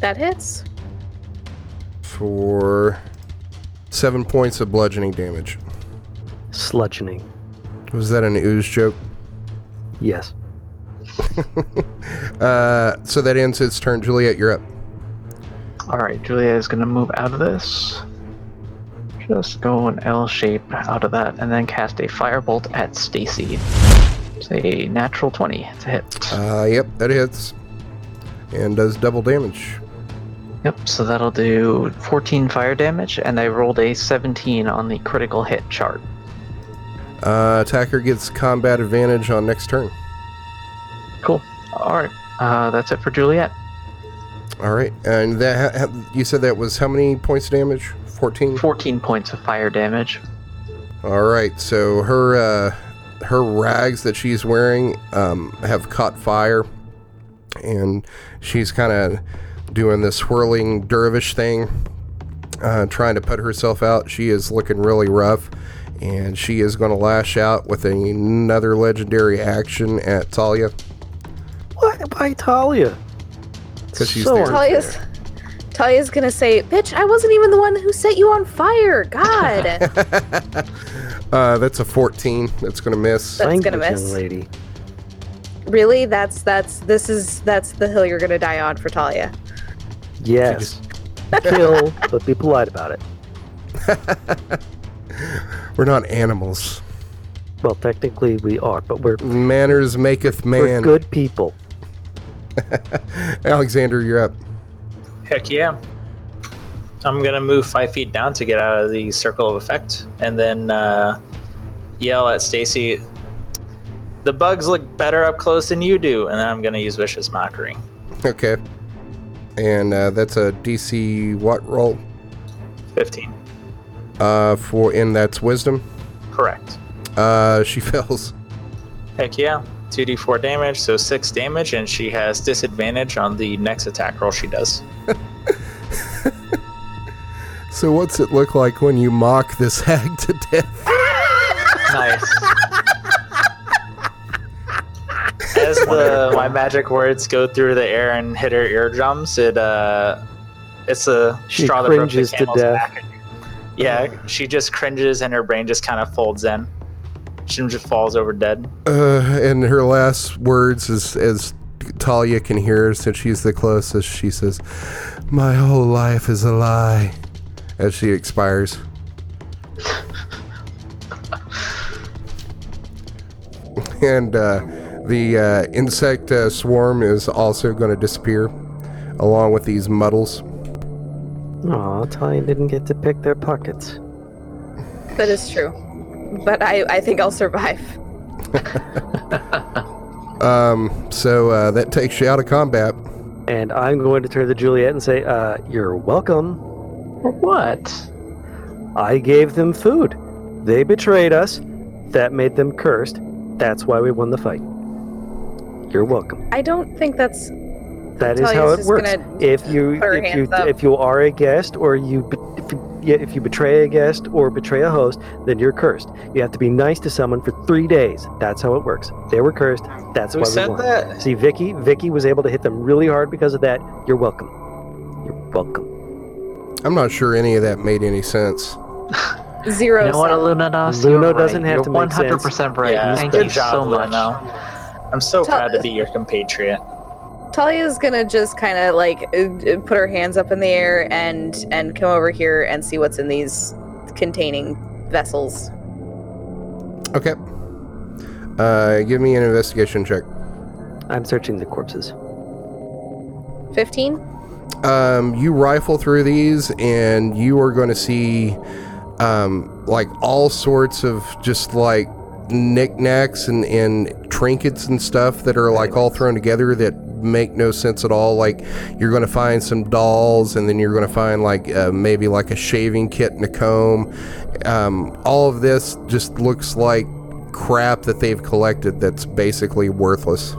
S4: That hits.
S2: for 7 points of bludgeoning damage.
S5: Sludgeoning.
S2: Was that an ooze joke?
S5: Yes.
S2: Uh, so that ends its turn. Juliet, you're up.
S3: All right, Julia is gonna move out of this. Just go an L shape out of that, and then cast a firebolt at Stacy. It's a natural twenty to hit.
S2: Uh, yep, that hits. And does double damage.
S3: Yep, so that'll do 14 fire damage, and I rolled a 17 on the critical hit chart.
S2: Uh, attacker gets combat advantage on next turn.
S3: Cool. Alright, uh, that's it for Juliet.
S2: All right, and that ha- ha- you said that was how many points of damage? Fourteen.
S3: 14 points of fire damage.
S2: All right, so her uh, her rags that she's wearing um, have caught fire, and she's kind of doing the swirling dervish thing, uh, trying to put herself out. She is looking really rough, and she is going to lash out with another legendary action at Talia.
S5: Why, why Talia?
S2: Because she's
S5: So
S2: there.
S5: unfair.
S4: Talia's Talia's gonna say, "Bitch, I wasn't even the one who set you on fire." God.
S2: Uh, that's a fourteen. That's going to miss.
S4: That's gonna
S5: Language,
S4: miss.
S5: young lady.
S4: really? That's that's this is that's the hill you're gonna die on for Talia.
S5: Yes. Kill, but be polite about it.
S2: We're not animals.
S5: Well, technically we are, but we're,
S2: Manners maketh
S5: we're
S2: man.
S5: good people.
S2: Alexander, you're up.
S6: Heck yeah. I'm gonna move five feet down to get out of the circle of effect, and then uh, yell at Stacy. The bugs look better up close than you do, and then I'm gonna use vicious mockery.
S2: Okay. And uh, that's a DC what roll?
S6: Fifteen.
S2: Uh, for and that's wisdom.
S6: Correct.
S2: Uh, she fails.
S6: Heck yeah. 2d4 damage, so 6 damage, and she has disadvantage on the next attack roll she does.
S2: So, what's it look like when you mock this hag to death?
S3: Nice.
S6: As the my magic words go through the air and hit her eardrums, it uh, it's a
S5: She
S6: straw that broke the
S5: cringes to
S6: camel's
S5: death.
S6: back. Yeah, she just cringes and her brain just kind of folds in. She just falls over dead.
S2: Uh, and her last words, is, as Talia can hear, since she's the closest, she says, My whole life is a lie. As she expires. and uh, the uh, insect uh, swarm is also going to disappear along with these muddles.
S5: Aw, Italian didn't get to pick their pockets.
S4: That is true. But I, I think I'll survive.
S2: Um, so uh, that takes you out of combat.
S5: And I'm going to turn to Juliet and say, uh, you're welcome.
S3: What?
S5: I gave them food. They betrayed us. That made them cursed. That's why we won the fight. You're welcome.
S4: I don't think that's.
S5: That is
S4: Italia's
S5: how it
S4: just
S5: works.
S4: gonna
S5: If you
S4: put her
S5: if you
S4: hands up.
S5: if you are a guest or you be- if you, yeah, if you betray a guest or betray a host, then you're cursed. You have to be nice to someone for three days. That's how it works. They were cursed. That's
S6: Who
S5: why
S6: said
S5: we won.
S6: that?
S5: See, Vicky, Vicky was able to hit them really hard because of that. You're welcome. You're welcome.
S2: I'm not sure any of that made any sense.
S4: Zero.
S3: You know what,
S4: cent.
S3: Alunados?
S5: Luno
S3: you're right.
S5: doesn't have
S3: You're
S5: to make sense.
S3: 100% right.
S6: Yeah,
S3: Thank
S6: good
S3: you
S6: job,
S3: so much.
S6: Leno. I'm so
S4: Tell-
S6: proud to be your compatriot.
S4: Talia's gonna just kind of like uh, uh, put her hands up in the air and and come over here and see what's in these containing vessels.
S2: Okay. Uh, give me an investigation check.
S5: I'm searching the corpses.
S4: Fifteen.
S2: Um, you rifle through these, and you are going to see um, like all sorts of just like knickknacks and, and trinkets and stuff that are like all thrown together that make no sense at all. Like you're going to find some dolls, and then you're going to find like uh, maybe like a shaving kit and a comb. Um, all of this just looks like crap that they've collected that's basically worthless.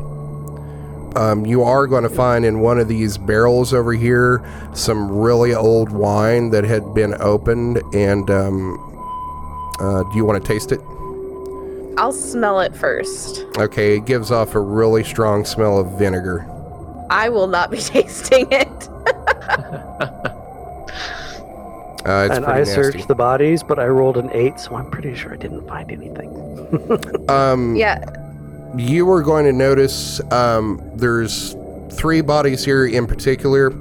S2: Um, you are going to find in one of these barrels over here some really old wine that had been opened. And um, uh, do you want to taste it?
S4: I'll smell it first.
S2: Okay, it gives off a really strong smell of vinegar.
S4: I will not be tasting it.
S2: Uh, it's
S5: and I
S2: pretty nasty.
S5: searched the bodies, but I rolled an eight, so I'm pretty sure I didn't find anything.
S2: Um,
S4: Yeah.
S2: you are going to notice um, there's three bodies here in particular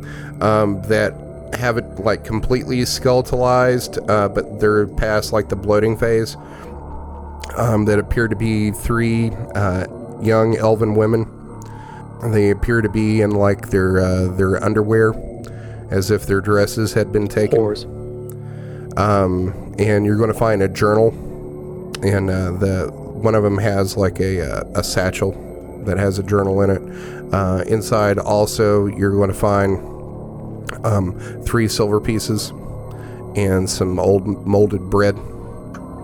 S2: um, that have it like completely skeletalized, uh, but they're past like the bloating phase. Um, that appear to be three uh, young elven women. They appear to be in like their uh, their underwear, as if their dresses had been taken
S5: Whores.
S2: um, and you're going to find a journal, and uh, the one of them has like a, uh, a satchel that has a journal in it. Uh, inside, also, you're going to find um, three silver pieces and some old molded bread.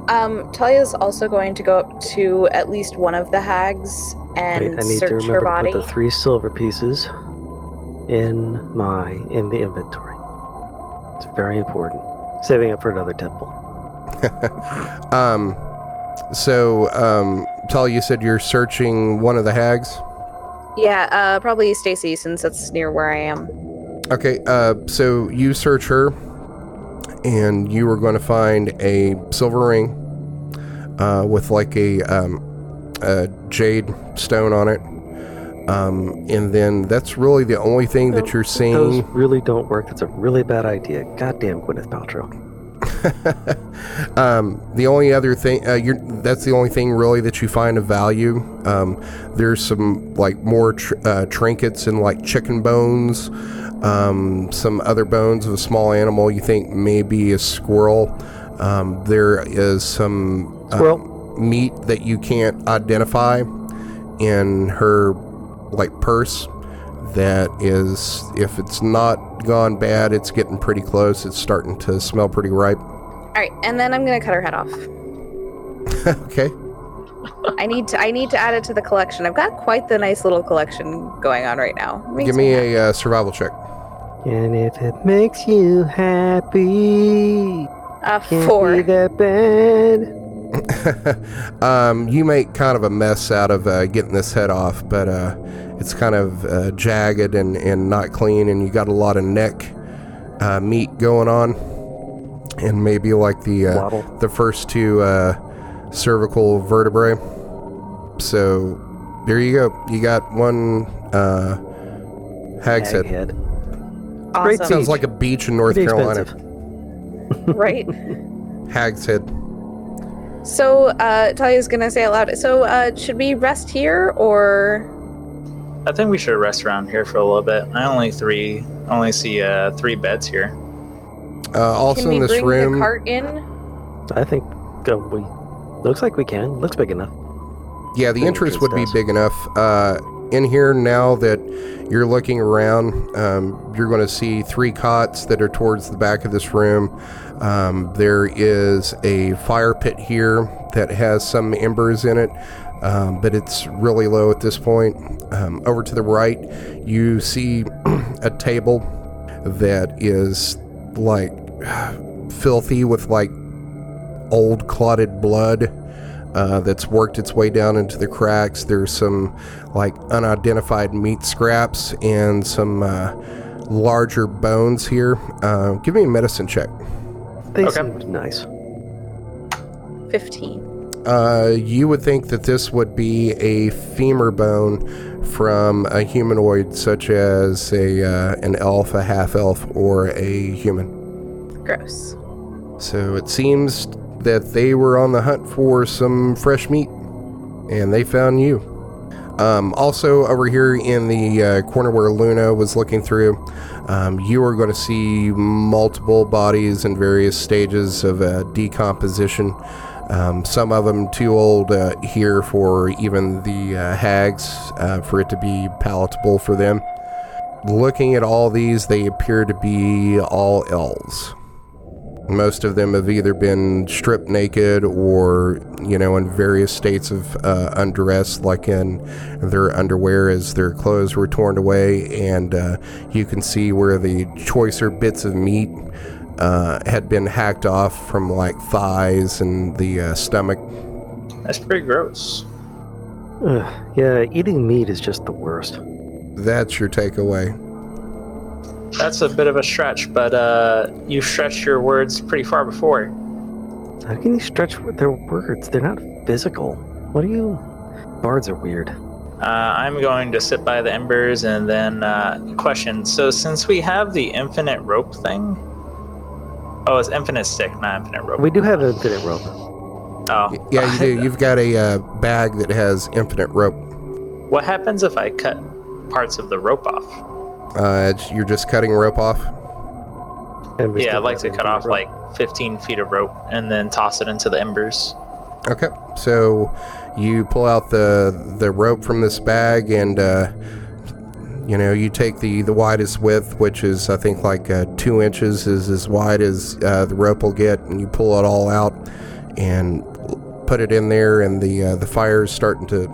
S4: Um, Talia's also going to go up to at least one of the hags
S5: Wait,
S4: and
S5: I need to
S4: search her
S5: remember to
S4: body.
S5: put the three silver pieces in my in the inventory. It's very important. Saving up for another temple.
S2: Um, so, um, Tal, you said you're searching one of the hags.
S4: Yeah, uh, probably Stacy since that's near where I am.
S2: Okay, uh, so you search her, and you are going to find a silver ring uh, with like a, um, a jade stone on it. Um, and then that's really the only thing that you're
S5: Those
S2: seeing.
S5: really don't work. That's a really bad idea. Goddamn Gwyneth Paltrow.
S2: um, the only other thing, uh, you're, that's the only thing really that you find of value. Um, there's some like more tr- uh, trinkets and like chicken bones, um, some other bones of a small animal you think maybe a squirrel. Um, there is some uh,
S5: Squirrel.
S2: meat that you can't identify in her like purse that is if it's not gone bad it's getting pretty close it's starting to smell pretty ripe
S4: All right, and then I'm gonna cut her head off.
S2: okay
S4: I need to I need to add it to the collection. I've got quite the nice little collection going on right now. It makes
S2: Give me
S4: happy.
S2: a uh, survival check.
S5: And if it makes you happy,
S4: Uh,
S5: can't be
S4: four.
S5: that bad.
S2: um, you make kind of a mess out of uh, getting this head off, but uh, it's kind of uh, jagged and, and not clean, and you got a lot of neck uh, meat going on, and maybe like the
S5: Waddle.
S2: uh, the first two uh, cervical vertebrae. So there you go. You got one uh, hag's
S5: Hag
S2: head.
S5: head. Great
S4: Awesome.
S2: Sounds like a beach in North
S5: Pretty
S2: Carolina.
S5: expensive.
S4: right.
S2: Hag's head.
S4: So uh, Talia's gonna say aloud. So uh, should we rest here or?
S6: I think we should rest around here for a little bit. I only three, only see uh, three beds here.
S2: Uh,
S4: Can
S2: also
S4: we
S2: in this
S4: bring the
S2: room,
S4: cart in?
S5: I think uh, we. Looks like we can. Looks big enough.
S2: Yeah, the
S5: Little
S2: interest
S5: kids
S2: would be
S5: does.
S2: big enough. Uh, in here, now that you're looking around, um, you're going to see three cots that are towards the back of this room. Um, there is a fire pit here that has some embers in it, um, but it's really low at this point. Um, over to the right, you see a table that is like filthy with like old clotted blood uh, that's worked its way down into the cracks. There's some like unidentified meat scraps and some uh, larger bones here. Uh, give me a medicine check.
S5: They
S6: Okay.
S5: seemed nice.
S4: Fifteen.
S2: Uh, you would think that this would be a femur bone from a humanoid, such as a uh, an elf, a half elf, or a human.
S4: Gross.
S2: So it seems that they were on the hunt for some fresh meat, and they found you. Um, also, over here in the uh, corner where Luna was looking through, um, you are going to see multiple bodies in various stages of uh, decomposition. Um, some of them too old uh, here for even the uh, hags uh, for it to be palatable for them. Looking at all these, they appear to be all elves. Most of them have either been stripped naked or, you know, in various states of uh, undress, like in their underwear as their clothes were torn away. And uh, you can see where the choicer bits of meat uh, had been hacked off from like thighs and the uh, stomach.
S6: That's pretty gross.
S5: Ugh, yeah, eating meat is just the worst.
S2: That's your takeaway.
S6: That's a bit of a stretch, but uh, you stretched your words pretty far before.
S5: How can you stretch with their words? They're not physical. What are you? Bards are weird.
S6: Uh, I'm going to sit by the embers and then uh, question. So, since we have the infinite rope thing, oh, it's infinite stick, not infinite rope.
S5: We do have infinite rope.
S6: oh,
S2: Yeah, you do. You've got a uh, bag that has infinite rope.
S6: what happens if I cut parts of the rope off?
S2: Uh, it's- you're just cutting rope off.
S5: And we
S6: yeah,
S5: still
S6: I'd
S5: have
S6: like to cut
S5: infinite
S6: off
S5: rope.
S6: like 15 feet of rope and then toss it into the embers.
S2: Okay, so you pull out the the rope from this bag, and uh, you know you take the the widest width, which is I think like uh, two inches, is as wide as uh, the rope will get, and you pull it all out and put it in there, and the uh, the fire is starting to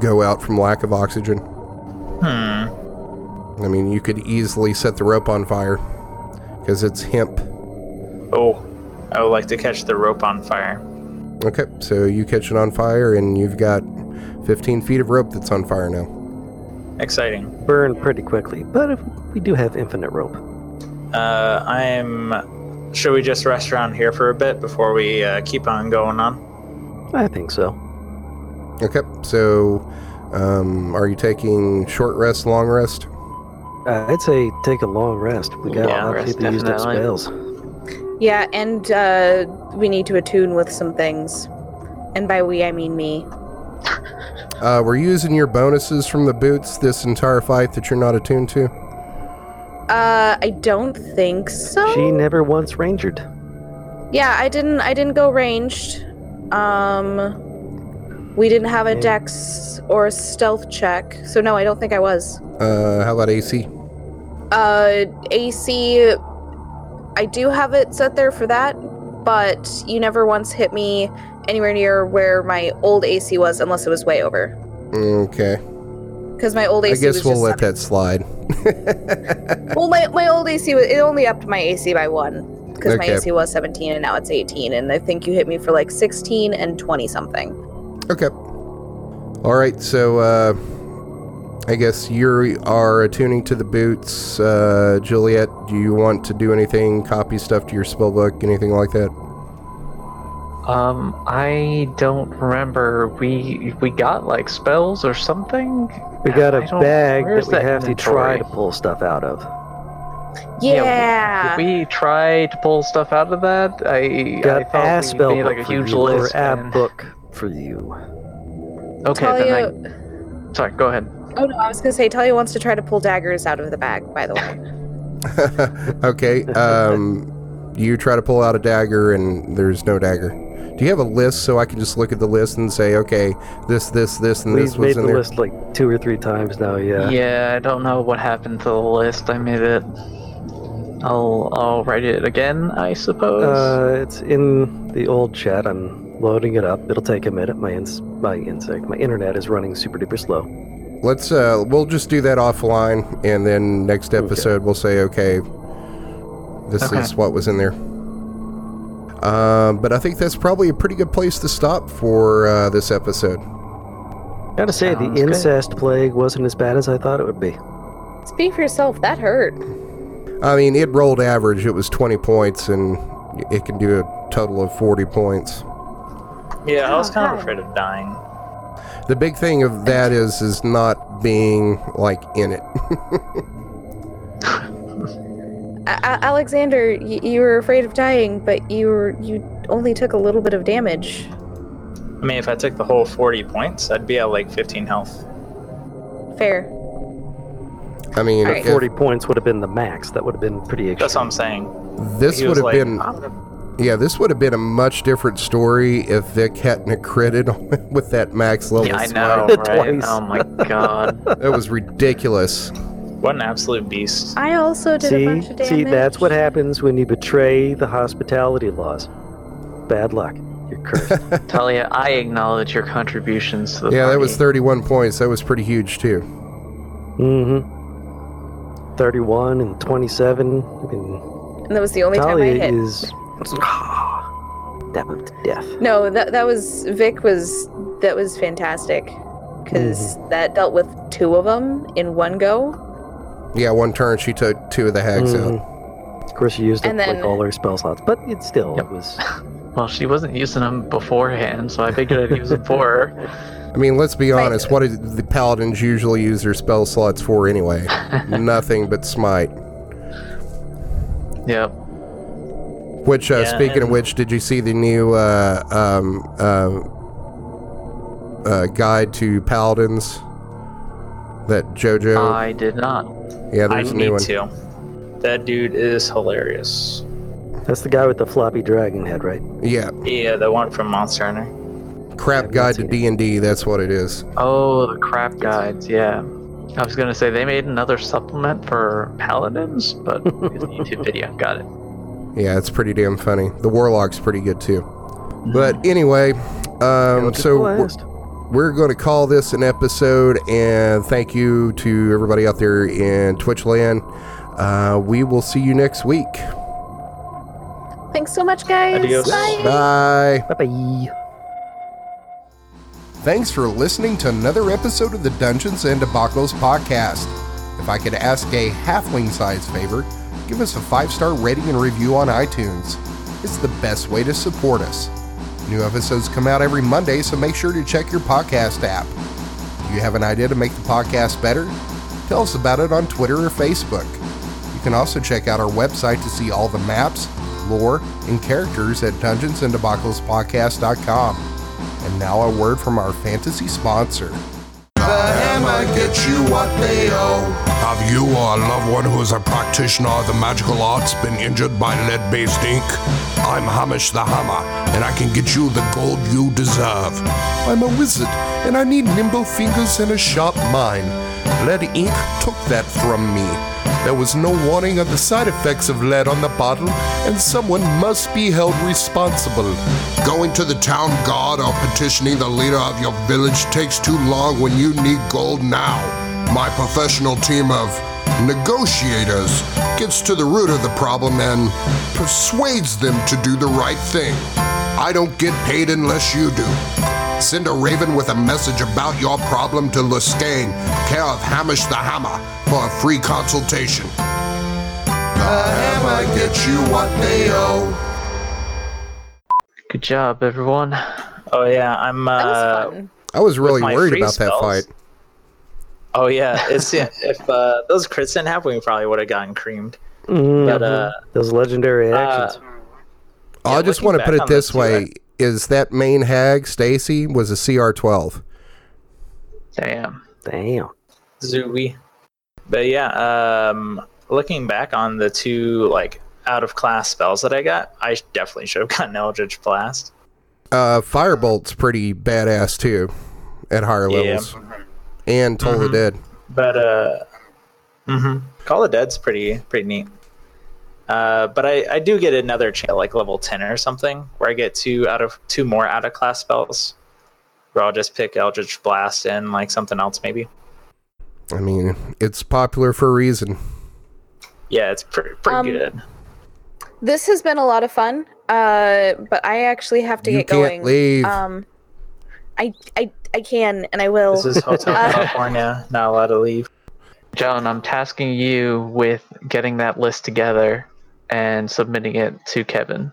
S2: go out from lack of oxygen.
S6: Hmm.
S2: I mean, you could easily set the rope on fire because it's hemp.
S6: Oh, I would like to catch the rope on fire.
S2: Okay, so you catch it on fire, and you've got 15 feet of rope that's on fire now.
S6: Exciting.
S5: burn pretty quickly, but if we do have infinite rope.
S6: Uh, I'm. Should we just rest around here for a bit before we uh, keep on going on?
S5: I think so.
S2: Okay, so um, are you taking short rest, long rest?
S5: Uh, I'd say take a long rest. We got a
S6: Yeah,
S5: lot of
S3: rest,
S5: people used up
S3: definitely.
S5: spells.
S4: Yeah, and uh, we need to attune with some things, and by we I mean me.
S2: Uh, we're using your bonuses from the boots this entire fight that you're not attuned to.
S4: Uh, I don't think so.
S5: She never once rangered.
S4: Yeah, I didn't. I didn't go ranged. Um, we didn't have a
S2: Hmm.
S5: Yeah.
S4: dex or a stealth check, so no, I don't think I was.
S2: Uh, how about AC?
S4: Uh, AC, I do have it set there for that, but you never once hit me anywhere near where my old AC was, unless it was way over.
S2: Okay.
S4: because my old
S2: I
S4: AC.
S2: guess
S4: was
S2: we'll
S4: just
S2: let that slide.
S4: Well, my, my old AC was it only upped my AC by one because my
S2: Okay.
S4: AC was 17 and now it's 18, and I think you hit me for like 16 and 20 something.
S2: Okay. All right, so uh, I guess you are attuning to the boots. Uh, Juliet, do you want to do anything? Copy stuff to your spellbook, anything like that?
S3: Um, I don't remember. We we got like spells or something.
S5: We got a
S3: I don't-
S5: bag that
S3: where's
S5: we have to try
S3: inventory?
S5: to pull stuff out of.
S4: Yeah.
S3: Did we try to pull stuff out of that? I, I
S5: Got
S3: thought
S5: a
S3: we
S5: spell
S3: made like a
S5: book for
S3: huge
S5: you, or
S3: list.
S5: a
S3: and-
S5: book for you.
S3: Okay, then
S4: Talia-
S3: I, sorry. Go ahead.
S4: oh no, I was gonna say Talia wants to try to pull daggers out of the bag. By the way,
S2: okay. Um, you try to pull out a dagger, and there's no dagger. Do you have a list so I can just look at the list and say, okay, this, this, this, and this
S5: We've
S2: was
S5: made the
S2: in there?
S5: list like two or three times now. Yeah.
S3: Yeah. I don't know what happened to the list. I made it. I'll I'll write it again, I suppose.
S5: Uh, it's in the old chat. I'm loading it up. It'll take a minute. My ins- my insect, my internet is running super duper slow.
S2: Let's. Uh, we'll just do that offline, and then next episode we'll say, okay, this
S3: Okay.
S2: is what was in there. Um, but I think that's probably a pretty good place to stop for uh, this episode.
S5: Gotta say, the
S3: Sounds good.
S5: incest plague wasn't as bad as I thought it would be.
S4: speak for yourself. That hurt.
S2: I mean, it rolled average. It was 20 points, and it can do a total of 40 points.
S6: Yeah, I was kind
S4: God.
S6: of afraid of dying.
S2: The big thing of that is is not being like in it.
S4: A- A- Alexander, y- you were afraid of dying, but you were you only took a little bit of damage.
S6: I mean, if I took the whole 40 points, I'd be at like 15 health.
S4: Fair.
S2: I mean,
S4: Right.
S2: if
S5: Forty points would have been the max. That would have been pretty extreme.
S6: That's what I'm saying.
S2: this
S6: He
S2: would
S6: was
S2: have
S6: like,
S2: been
S6: "I'm gonna-"
S2: yeah, this would have been a much different story if Vic hadn't have critted with that max level.
S3: yeah, I know,
S2: smite.
S3: right?
S5: Twice.
S3: Oh my god.
S2: That was ridiculous.
S6: What an absolute beast.
S4: I also did a
S5: see,
S4: bunch of damage.
S5: see, that's what happens when you betray the hospitality laws. Bad luck. You're cursed.
S3: Talia, I acknowledge your contributions to the
S2: Yeah, that was
S3: party.
S2: 31 points. That was pretty huge too.
S5: mm-hmm. Thirty-one and twenty-seven. I mean,
S4: and that was the only time I
S5: Talia
S4: hit.
S5: is. Dab him to death.
S4: No, that that was Vic was that was fantastic because that dealt with two of them in one go.
S2: Yeah, one turn she took two of the hags out.
S5: Mhm. Of course, she used up
S4: And
S5: like
S4: then-
S5: all her spell slots, but it still it was.
S3: Well, she wasn't using them beforehand, so I figured I'd use them for her.
S2: I mean, let's be honest. What do the paladins usually use their spell slots for anyway? Nothing but smite.
S3: Yep.
S2: Which, uh,
S6: Yeah,
S2: speaking of
S6: and-
S2: which, did you see the new uh, um, um, uh, guide to paladins? That JoJo.
S3: I did not.
S2: yeah,
S6: Uh, I
S2: there's a new
S6: need
S2: one.
S6: to. That dude is hilarious.
S5: That's the guy with the floppy dragon head, right?
S2: Yeah,
S6: Yeah, the one from Monster Hunter.
S2: crap
S5: I've not
S2: guide to
S5: seen it.
S2: D and D. That's what it is.
S3: Oh, the crap guides, yeah. I was gonna say they made another supplement for paladins, but it's a YouTube video. Got it.
S2: Yeah, it's pretty damn funny. The warlock's pretty good too. But
S6: Mm-hmm.
S2: anyway, um,
S5: Look at
S2: so
S5: the
S2: we're,
S5: last.
S2: we're going to call this an episode, and thank you to everybody out there in Twitch land. Uh, we will see you next week.
S4: Thanks so much, guys.
S6: Adios.
S2: Bye.
S5: bye bye.
S2: Thanks for listening to another episode of the Dungeons and Debacles podcast. If I could ask a halfling size favor, give us a five star rating and review on iTunes. It's the best way to support us. New episodes come out every Monday, so make sure to check your podcast app. Do you have an idea to make the podcast better? Tell us about it on Twitter or Facebook. You can also check out our website to see all the maps, lore, and characters at dungeonsanddebaclespodcast.com. And now a word from our fantasy sponsor.
S1: The hammer gets you what they owe. Have you or a loved one who is a practitioner of the magical arts been injured by lead based ink? I'm Hamish the Hammer, and I can get you the gold you deserve. I'm a wizard, and I need nimble fingers and a sharp mind. Lead ink took that from me. There was no warning of the side effects of lead on the bottle, and someone must be held responsible. Going to the town guard or petitioning the leader of your village takes too long when you need gold now. My professional team of negotiators gets to the root of the problem and persuades them to do the right thing. I don't get paid unless you do. Send a raven with a message about your problem to Lestane, care of Hamish the Hammer, for a free consultation. The Hammer gets you what they owe.
S3: Good job, everyone.
S6: Oh yeah, I'm.
S4: That was
S6: Uh,
S4: fun.
S2: I was really
S6: my
S2: worried
S6: free
S2: about that
S6: spells.
S2: fight.
S6: oh yeah, it's yeah, if uh, those crits didn't happen, we probably would have gotten creamed.
S2: Mm-hmm.
S6: But uh,
S5: Those legendary
S6: uh,
S5: actions.
S2: I just
S6: looking
S2: want to
S6: back
S2: put it
S6: on that
S2: this
S6: too,
S2: way:
S6: I-
S2: is that main hag Stacy was a CR twelve?
S3: Damn.
S5: Damn.
S6: Zooey. But yeah, um, looking back on the two like out of class spells that I got, I sh- definitely should have gotten Eldritch Blast.
S2: Uh, Firebolt's pretty badass too, at higher
S6: Yeah.
S2: levels, and Toll
S5: Mm-hmm.
S2: the Dead.
S6: But uh, mhm. Call of Dead's pretty pretty neat. Uh, but I, I do get another chance, like level ten or something, where I get two out of two more out of class spells, where I'll just pick Eldritch Blast and like something else maybe.
S2: I mean, it's popular for a reason.
S6: Yeah, it's pretty pretty
S4: Um,
S6: good.
S4: This has been a lot of fun, uh, but I actually have to
S2: You
S4: get
S2: can't
S4: going.
S2: leave.
S4: Um, I, I, I can and I will.
S6: This is Hotel California. Not allowed to leave.
S3: John, I'm tasking you with getting that list together and submitting it to Kevin.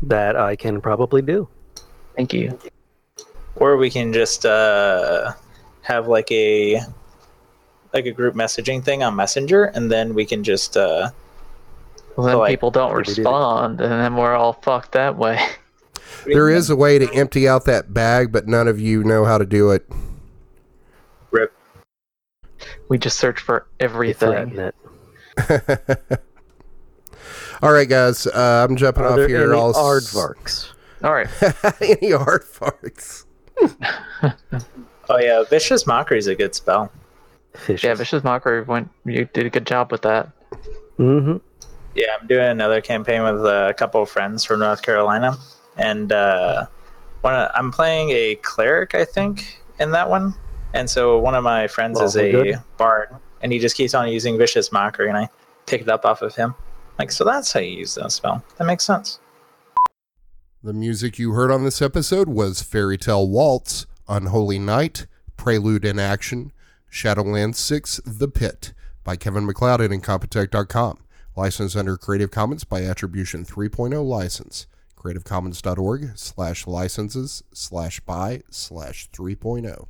S5: That I can probably do.
S3: Thank you.
S6: or we can just uh, have like a like a group messaging thing on messenger and then we can just uh,
S3: Well, then
S6: Like,
S3: people don't
S5: did it.
S3: respond, and then we're all fucked that way.
S2: There is a way to empty out that bag, but none of you know how to do it.
S6: rip
S3: We just search for
S5: You
S3: everything.
S5: threaten it.
S2: All right, guys, uh, I'm jumping
S5: Are
S2: off
S5: there
S2: here.
S5: any
S2: I'll s-
S5: aardvarks?
S3: All right.
S2: any aardvarks?
S6: oh yeah vicious mockery is a good spell
S5: Fishes.
S3: Yeah, Vicious Mockery went. You did a good job with that.
S5: Mm-hmm.
S6: yeah i'm doing another campaign with a couple of friends from north carolina and uh, one of, i'm playing a cleric i think in that one and so one of my friends
S5: Well,
S6: is
S5: we're
S6: a
S5: good.
S6: bard and he just keeps on using vicious mockery and i pick it up off of him like so that's how you use that spell that makes sense
S2: The music you heard on this episode was Fairy Tale Waltz, Unholy Night, Prelude in Action, Shadowland 6, The Pit by Kevin McLeod at Incompetech.com. Licensed under Creative Commons by Attribution 3.0 license. CreativeCommons.org slash oh. licenses slash by slash 3.0.